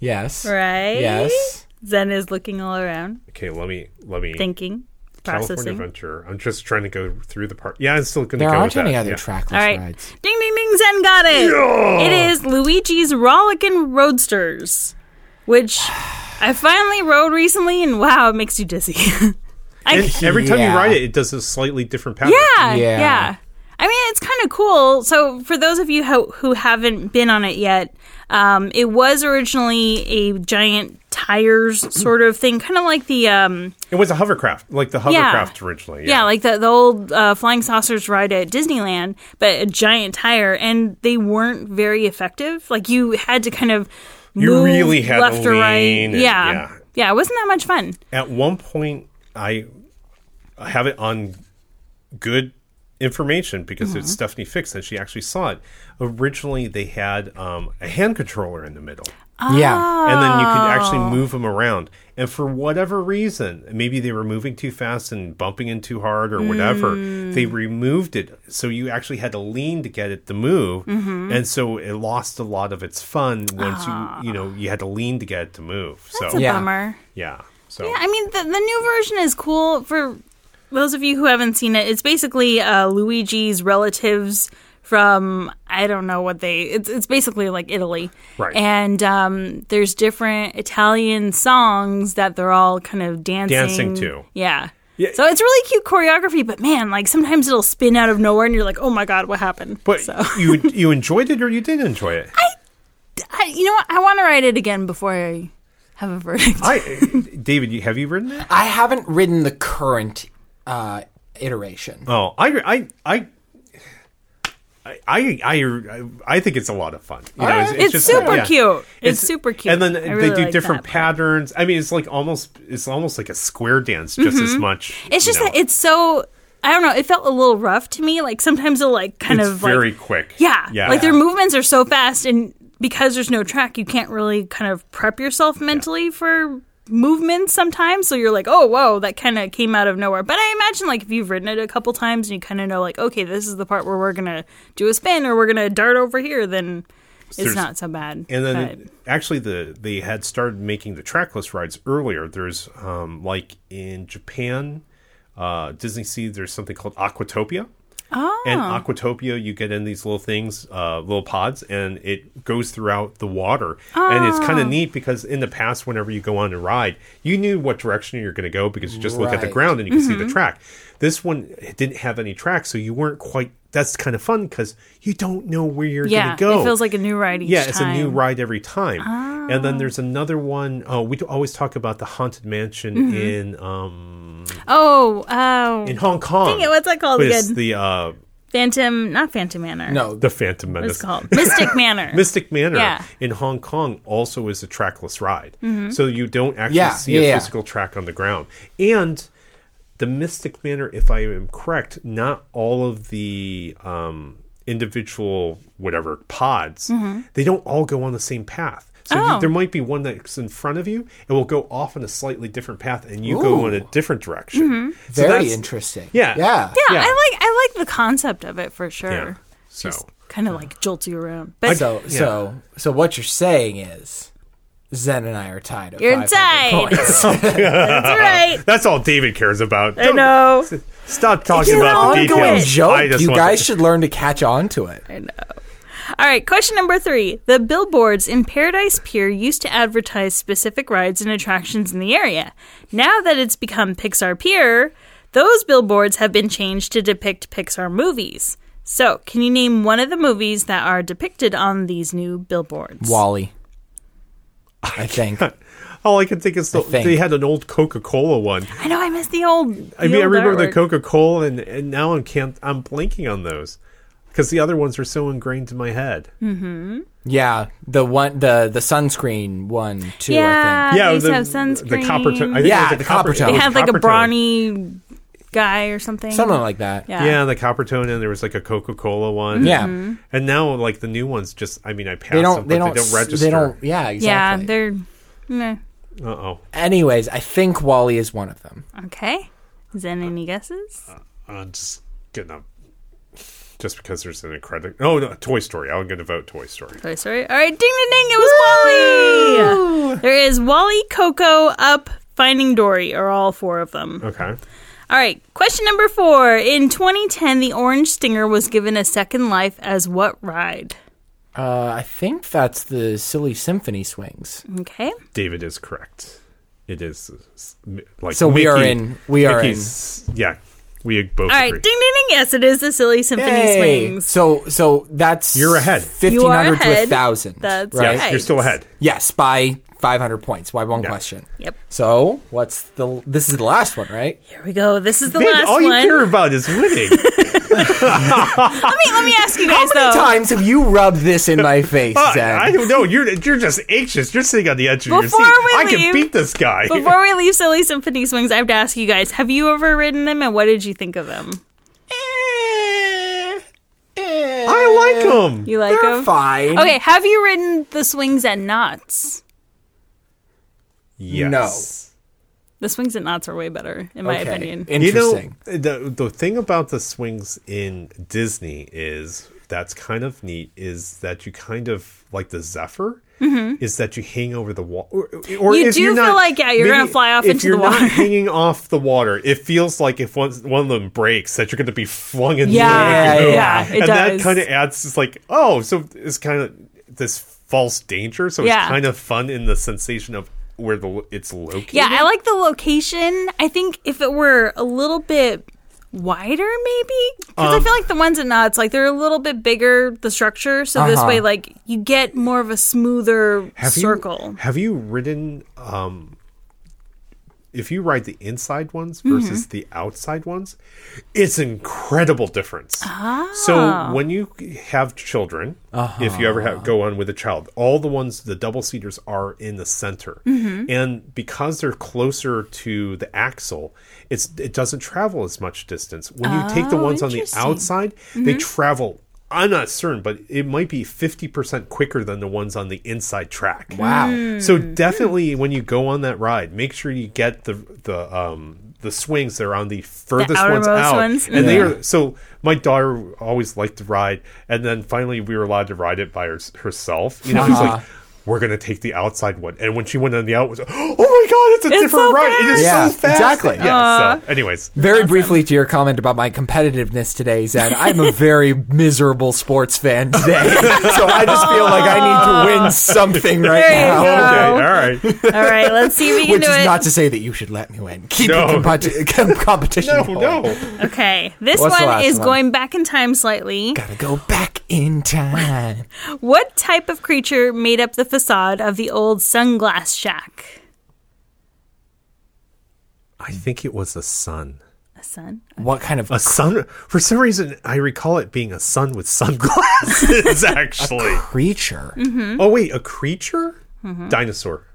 Speaker 3: Yes.
Speaker 1: right?
Speaker 3: Yes.
Speaker 1: Zen is looking all around,
Speaker 2: okay let me let me
Speaker 1: thinking,
Speaker 2: california
Speaker 1: processing.
Speaker 2: adventure i'm just trying to go through the part yeah i'm still gonna
Speaker 3: There
Speaker 2: go
Speaker 3: aren't
Speaker 2: with that.
Speaker 3: any other
Speaker 2: yeah.
Speaker 3: trackless
Speaker 1: All right.
Speaker 3: rides.
Speaker 1: Ding, ding, ding. Zen got it. It is Luigi's Rollickin' Roadsters, which I finally rode recently, and wow, it makes you dizzy. I,
Speaker 2: And every time
Speaker 3: Yeah.
Speaker 2: you ride it it does a slightly different pattern
Speaker 1: yeah,
Speaker 3: Yeah.
Speaker 1: yeah. I mean, it's kind of cool. So, for those of you ho- who haven't been on it yet, um, it was originally a giant tires sort of thing, kind of like the. Um,
Speaker 2: it was a hovercraft like the hovercraft originally
Speaker 1: yeah, like the, the old uh, flying saucers ride at Disneyland, but a giant tire, and they weren't very effective. Like you had to kind of
Speaker 2: You
Speaker 1: move
Speaker 2: really had to
Speaker 1: left or right.
Speaker 2: lean and-
Speaker 1: yeah.
Speaker 2: yeah.
Speaker 1: yeah, It wasn't that much fun.
Speaker 2: at one point I I have it on good information because
Speaker 1: Mm-hmm.
Speaker 2: it's Stephanie Fix and she actually saw it. Originally they had um, a hand controller in the middle.
Speaker 3: Yeah.
Speaker 1: Ah.
Speaker 2: And then you could actually
Speaker 1: Oh.
Speaker 2: move them around. And for whatever reason, maybe they were moving too fast and bumping in too hard or whatever,
Speaker 1: Mm.
Speaker 2: they removed it. So you actually had to lean to get it to move.
Speaker 1: Mm-hmm.
Speaker 2: And so it lost a lot of its fun once you, you know, you had to lean to get it to move.
Speaker 1: Ah. That's
Speaker 2: so,
Speaker 1: a
Speaker 3: Yeah.
Speaker 1: bummer.
Speaker 2: yeah. So,
Speaker 1: Yeah, I mean the the new version is cool for those of you who haven't seen it. It's basically uh, Luigi's relatives from I don't know what they. It's it's basically like Italy,
Speaker 2: Right.
Speaker 1: And um, there's different Italian songs that they're all kind of dancing
Speaker 2: Dancing to.
Speaker 1: Yeah. So it's really cute choreography, but man, like sometimes it'll spin out of nowhere, and you're like, "Oh my god, what happened?"
Speaker 2: But
Speaker 1: so,
Speaker 2: you you enjoyed it or you did enjoy it?
Speaker 1: I, you know what? I want to write it again before I have a verdict.
Speaker 2: I, David, you, have you ridden it?
Speaker 3: I haven't ridden the current uh, iteration.
Speaker 2: Oh, I I I. I, I I I think it's a lot of fun. You know,
Speaker 3: Alright.
Speaker 1: It's super cute. It's super cute.
Speaker 2: And then
Speaker 1: I
Speaker 2: they
Speaker 1: really
Speaker 2: do
Speaker 1: like
Speaker 2: different
Speaker 1: that part.
Speaker 2: patterns. I mean, it's like almost it's almost like a square dance, just as much.
Speaker 1: Mm-hmm. It's
Speaker 2: you
Speaker 1: just
Speaker 2: know.
Speaker 1: that it's so I don't know. It felt a little rough to me. Like sometimes it'll like kind
Speaker 2: It's
Speaker 1: of
Speaker 2: very
Speaker 1: like
Speaker 2: quick.
Speaker 1: yeah,
Speaker 2: yeah.
Speaker 1: like their movements are so fast, and because there's no track, you can't really kind of prep yourself mentally for movements sometimes. So you're like, oh, whoa, that kind of came out of nowhere. But I imagine, like, if you've written it a couple times and you kind of know, like, okay, this is the part where we're going to do a spin or we're going to dart over here, then it's
Speaker 2: There's-
Speaker 1: not so bad.
Speaker 2: And then
Speaker 1: But-
Speaker 2: actually the they had started making the trackless rides earlier. There's um like in Japan, uh Disney Sea, there's something called Aquatopia.
Speaker 1: oh,
Speaker 2: And Aquatopia, you get in these little things, uh, little pods, and it goes throughout the water. And it's
Speaker 1: Oh.
Speaker 2: kind of neat because in the past, whenever you go on a ride, you knew what direction you're going to go because you just look at the
Speaker 3: Right.
Speaker 2: ground and you can see
Speaker 1: Mm-hmm.
Speaker 2: the track. This one didn't have any track, so you weren't quite. That's kind of fun because you don't know where you're
Speaker 1: yeah,
Speaker 2: going to go.
Speaker 1: it feels like a new ride each
Speaker 2: yeah,
Speaker 1: time. Ah.
Speaker 2: it's a new ride every time. And then there's another one. Oh, we do always talk about the haunted mansion
Speaker 1: Mm-hmm.
Speaker 2: in um
Speaker 1: Oh, oh.
Speaker 2: in Hong Kong.
Speaker 1: Dang it, what's that called
Speaker 2: But it's
Speaker 1: again?
Speaker 2: the uh
Speaker 1: Phantom, not Phantom Manor.
Speaker 3: No,
Speaker 2: the Phantom
Speaker 1: What is
Speaker 2: Menace.
Speaker 1: it called? Mystic Manor.
Speaker 2: Mystic Manor
Speaker 1: Yeah. Mm-hmm.
Speaker 2: in Hong Kong also is a trackless ride. So you don't actually
Speaker 3: Yeah,
Speaker 2: see
Speaker 3: yeah,
Speaker 2: a
Speaker 3: yeah.
Speaker 2: physical track on the ground. And the Mystic Manor, if I am correct, not all of the um, individual whatever pods, they don't all go on the same path. So
Speaker 1: Mm-hmm. Oh.
Speaker 2: you, there might be one that's in front of you, and will go off on a slightly different path, and you go in a different direction.
Speaker 1: Mm-hmm.
Speaker 2: So
Speaker 3: very
Speaker 2: that's-
Speaker 3: interesting.
Speaker 2: Yeah.
Speaker 3: yeah,
Speaker 1: yeah,
Speaker 2: yeah.
Speaker 1: I like I like the concept of it for sure.
Speaker 2: Yeah. So
Speaker 1: Kind of like jolts you around. But
Speaker 3: So,
Speaker 2: Yeah.
Speaker 3: so, so what you're saying is, Zen and I are tied. At
Speaker 1: you're
Speaker 3: 500
Speaker 1: tied.
Speaker 3: points.
Speaker 1: That's right.
Speaker 2: that's all David cares about.
Speaker 1: I
Speaker 2: Don't-
Speaker 1: know.
Speaker 2: Stop talking
Speaker 1: It's an
Speaker 2: about the
Speaker 1: ongoing
Speaker 2: details. I
Speaker 3: Joke.
Speaker 2: just
Speaker 3: You
Speaker 2: want
Speaker 3: guys
Speaker 2: to-
Speaker 3: should learn to catch on to it.
Speaker 1: I know. All right, question number three. The billboards in Paradise Pier used to advertise specific rides and attractions in the area. Now that it's become Pixar Pier, those billboards have been changed to depict Pixar movies. So, can you name one of the movies that are depicted on these new billboards?
Speaker 3: Wally. I think.
Speaker 2: All I can think is the,
Speaker 3: think.
Speaker 2: they had an old Coca Cola one.
Speaker 1: I know I missed the old.
Speaker 2: I mean, I remember the Coca Cola, and, and now I'm can't. I'm blanking on those because the other ones are so ingrained in my head.
Speaker 1: Mm-hmm.
Speaker 3: Yeah, the one, the the sunscreen one too. I
Speaker 1: Yeah,
Speaker 3: think.
Speaker 1: they
Speaker 2: the,
Speaker 1: used to have
Speaker 2: the copper.
Speaker 1: sunscreen.
Speaker 2: tone- I think it was
Speaker 3: Yeah,
Speaker 2: like
Speaker 3: the
Speaker 2: a copper
Speaker 3: copper
Speaker 2: tone.
Speaker 3: tone.
Speaker 1: They had like a
Speaker 2: Copper tone.
Speaker 1: brawny guy or something.
Speaker 3: something like that.
Speaker 1: yeah. Mm-hmm.
Speaker 2: Yeah, the copper tone, and there was like a Coca Cola one.
Speaker 3: Yeah. Mhm.
Speaker 2: and now like the new ones, just I mean, I passed
Speaker 3: They
Speaker 2: them,
Speaker 3: don't.
Speaker 2: but
Speaker 3: They don't.
Speaker 2: they don't register.
Speaker 3: They don't. Yeah.
Speaker 1: Yeah,
Speaker 3: Exactly.
Speaker 1: they're. Meh.
Speaker 2: Uh oh,
Speaker 3: Anyways, I think Wally is one of them.
Speaker 1: Uh-huh. Okay. Zen, any guesses?
Speaker 2: I'm just getting up. Just because there's an incredible. Oh no, Toy Story. I'm going to vote Toy Story.
Speaker 1: Toy Story. All right, ding ding ding! It was Wally. There is Wally, Coco, Up, Finding Dory, are all four of them.
Speaker 2: Okay.
Speaker 1: All right, question number four. In 2010, the Orange Stinger was given a second life as what ride?
Speaker 3: Uh, I think that's the silly symphony swings.
Speaker 1: Okay.
Speaker 2: David is correct. It is uh, s- m- like
Speaker 3: So we are
Speaker 2: Mickey-
Speaker 3: in- we are
Speaker 2: Mickey's- Yeah, we both
Speaker 1: All right,
Speaker 2: agree.
Speaker 1: ding ding ding! Yes, it is the Silly Symphony
Speaker 3: Yay!
Speaker 1: Swings.
Speaker 3: So so that's
Speaker 2: You're ahead.
Speaker 3: Fifteen
Speaker 1: You are
Speaker 3: hundred to a
Speaker 1: ahead.
Speaker 3: thousand.
Speaker 1: That's
Speaker 2: Yeah,
Speaker 3: right.
Speaker 1: right.
Speaker 2: you're still ahead.
Speaker 3: Yes, by five hundred points. Why one question?
Speaker 1: Yep.
Speaker 3: So what's the? This is the last one, right?
Speaker 1: Here we go. This is the
Speaker 2: Man,
Speaker 1: last
Speaker 2: all you
Speaker 1: one.
Speaker 2: care about is winning.
Speaker 1: Let me let me ask you guys
Speaker 3: How
Speaker 1: though.
Speaker 3: many times have you rubbed this in my face,
Speaker 2: Fuck,
Speaker 3: Zen?
Speaker 2: I don't know. You're you're just anxious. You're sitting on the edge of your seat.
Speaker 1: Before we
Speaker 2: I can
Speaker 1: leave-
Speaker 2: beat this guy.
Speaker 1: Before we leave Silly Symphony Swings, I have to ask you guys: Have you ever ridden them, and what did you think of them?
Speaker 2: I like him.
Speaker 1: You like
Speaker 3: They're
Speaker 1: them?
Speaker 3: fine.
Speaker 1: Okay, have you ridden the swings at Knots?
Speaker 2: Yes.
Speaker 1: The swings at Knots are way better, in my
Speaker 3: Okay.
Speaker 1: opinion.
Speaker 2: You know
Speaker 3: Interesting.
Speaker 2: the the thing about the swings in Disney is that's kind of neat is that you kind of like the Zephyr. Is that you hang over the wall, or, or
Speaker 1: Mm-hmm. You
Speaker 2: if
Speaker 1: do
Speaker 2: you're
Speaker 1: feel
Speaker 2: not-
Speaker 1: like, yeah, you're
Speaker 2: maybe
Speaker 1: gonna fly off
Speaker 2: if
Speaker 1: into
Speaker 2: you're
Speaker 1: the
Speaker 2: not
Speaker 1: water.
Speaker 2: hanging off the water, it feels like if one one of them breaks, that you're going to be flung into
Speaker 1: Yeah,
Speaker 2: the air.
Speaker 1: yeah, it
Speaker 2: and that
Speaker 1: does.
Speaker 2: kind of adds. It's like oh, so it's kind of this false danger. So
Speaker 1: Yeah.
Speaker 2: it's kind of fun in the sensation of where the it's located.
Speaker 1: Yeah, I like the location. I think if it were a little bit wider, maybe because I
Speaker 3: Um.
Speaker 1: feel like the ones at Knots, like they're a little bit bigger, the structure. So this
Speaker 3: Uh-huh.
Speaker 1: way, like you get more of a smoother circle.
Speaker 2: You, have you ridden? Um, if you ride the inside ones versus the outside ones, it's incredible difference. So when you have children, if you ever have, go on with a child, all the ones the double seaters are in the center, and because they're closer to the axle, it's it doesn't travel as much distance. When you take the ones on the
Speaker 1: interesting.
Speaker 2: outside, they travel I'm not certain, but it might be 50% quicker than the ones on the inside track.
Speaker 3: Wow.
Speaker 1: Mm.
Speaker 3: Hmm.
Speaker 2: So definitely when you go on that ride, make sure you get the the um the swings that are on the furthest
Speaker 1: outermost
Speaker 2: ones out.
Speaker 1: ones?
Speaker 2: And they
Speaker 3: Yeah.
Speaker 2: are so my daughter always liked to ride and then finally we were allowed to ride it by her, herself. You know, she's like
Speaker 3: Uh-huh.
Speaker 2: we're gonna take the outside one, and when she went on the out, was oh my god, it's a different
Speaker 1: so
Speaker 2: ride! It is
Speaker 3: fast!
Speaker 2: so fast.
Speaker 3: Exactly.
Speaker 2: Yeah. so, anyways,
Speaker 3: Very briefly to your comment about my competitiveness today, Zed, I'm a very miserable sports fan today. so I just feel like I need to win something right
Speaker 1: There you
Speaker 3: now.
Speaker 1: go.
Speaker 2: okay,
Speaker 1: Oh.
Speaker 2: all right.
Speaker 1: All right, let's see if we can
Speaker 3: Which
Speaker 1: do
Speaker 3: is
Speaker 1: it.
Speaker 3: not to say that you should let me win. Keep
Speaker 2: No.
Speaker 3: the competi- com- competition
Speaker 2: No,
Speaker 3: going.
Speaker 2: no.
Speaker 1: Okay, this
Speaker 3: What's the
Speaker 1: one
Speaker 3: last
Speaker 1: is
Speaker 3: one?
Speaker 1: going back in time slightly.
Speaker 3: Gotta go back in time.
Speaker 1: What type of creature made up the facade of the old sunglass shack?
Speaker 2: I think it was a sun.
Speaker 1: A sun?
Speaker 3: What kind of
Speaker 2: A sun. For some reason, I recall it being a sun with sunglasses. Actually,
Speaker 3: creature?
Speaker 1: Mm-hmm.
Speaker 2: oh wait, a creature, dinosaur.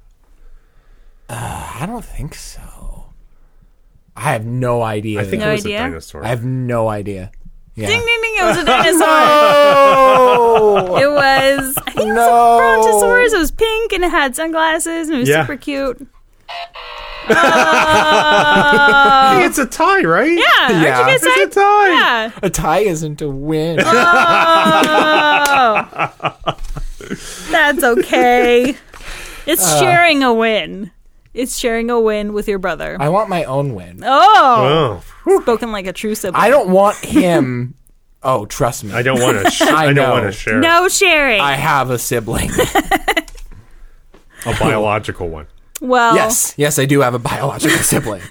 Speaker 3: I don't think so. I have no idea.
Speaker 2: I think
Speaker 1: No
Speaker 2: it was
Speaker 1: idea?
Speaker 2: a dinosaur.
Speaker 3: I have no idea. Yeah.
Speaker 1: Ding ding ding! It was a dinosaur.
Speaker 3: Oh
Speaker 1: it was. I think
Speaker 3: no!
Speaker 1: it was a brontosaurus. It was pink and it had sunglasses and it was
Speaker 2: Yeah.
Speaker 1: super cute.
Speaker 2: Hey, it's a tie, right?
Speaker 1: Yeah, aren't
Speaker 3: Yeah.
Speaker 1: you guys
Speaker 2: it's a
Speaker 1: right?
Speaker 2: tie.
Speaker 1: Yeah.
Speaker 3: A tie isn't a win.
Speaker 1: That's okay. It's
Speaker 3: Uh.
Speaker 1: sharing a win. It's sharing a win with your brother.
Speaker 3: I want my own win.
Speaker 1: oh,
Speaker 2: Oh,
Speaker 1: spoken like a true sibling.
Speaker 3: I don't want him. oh, trust me.
Speaker 2: I don't want to. Sh- I, don't
Speaker 3: know.
Speaker 2: want to share
Speaker 1: no sharing.
Speaker 3: I have a sibling.
Speaker 2: a biological one.
Speaker 1: well,
Speaker 3: yes, yes, I do have a biological sibling.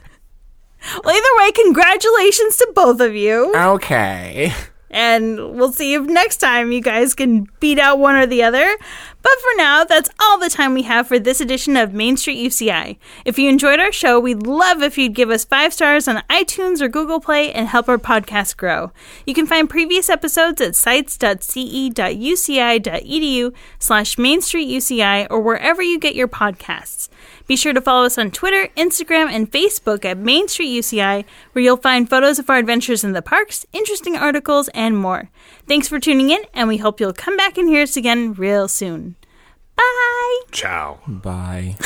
Speaker 1: well, either way, congratulations to both of you.
Speaker 3: Okay.
Speaker 1: And we'll see if next time you guys can beat out one or the other. But for now, that's all the time we have for this edition of Main Street UCI. If you enjoyed our show, we'd love if you'd give us five stars on iTunes or Google Play and help our podcast grow. You can find previous episodes at sites.ce.uci.edu slash Main Street UCI or wherever you get your podcasts. Be sure to follow us on Twitter, Instagram, and Facebook at Main Street UCI, where you'll find photos of our adventures in the parks, interesting articles, and more. Thanks for tuning in, and we hope you'll come back and hear us again real soon. Bye!
Speaker 2: Ciao.
Speaker 3: Bye.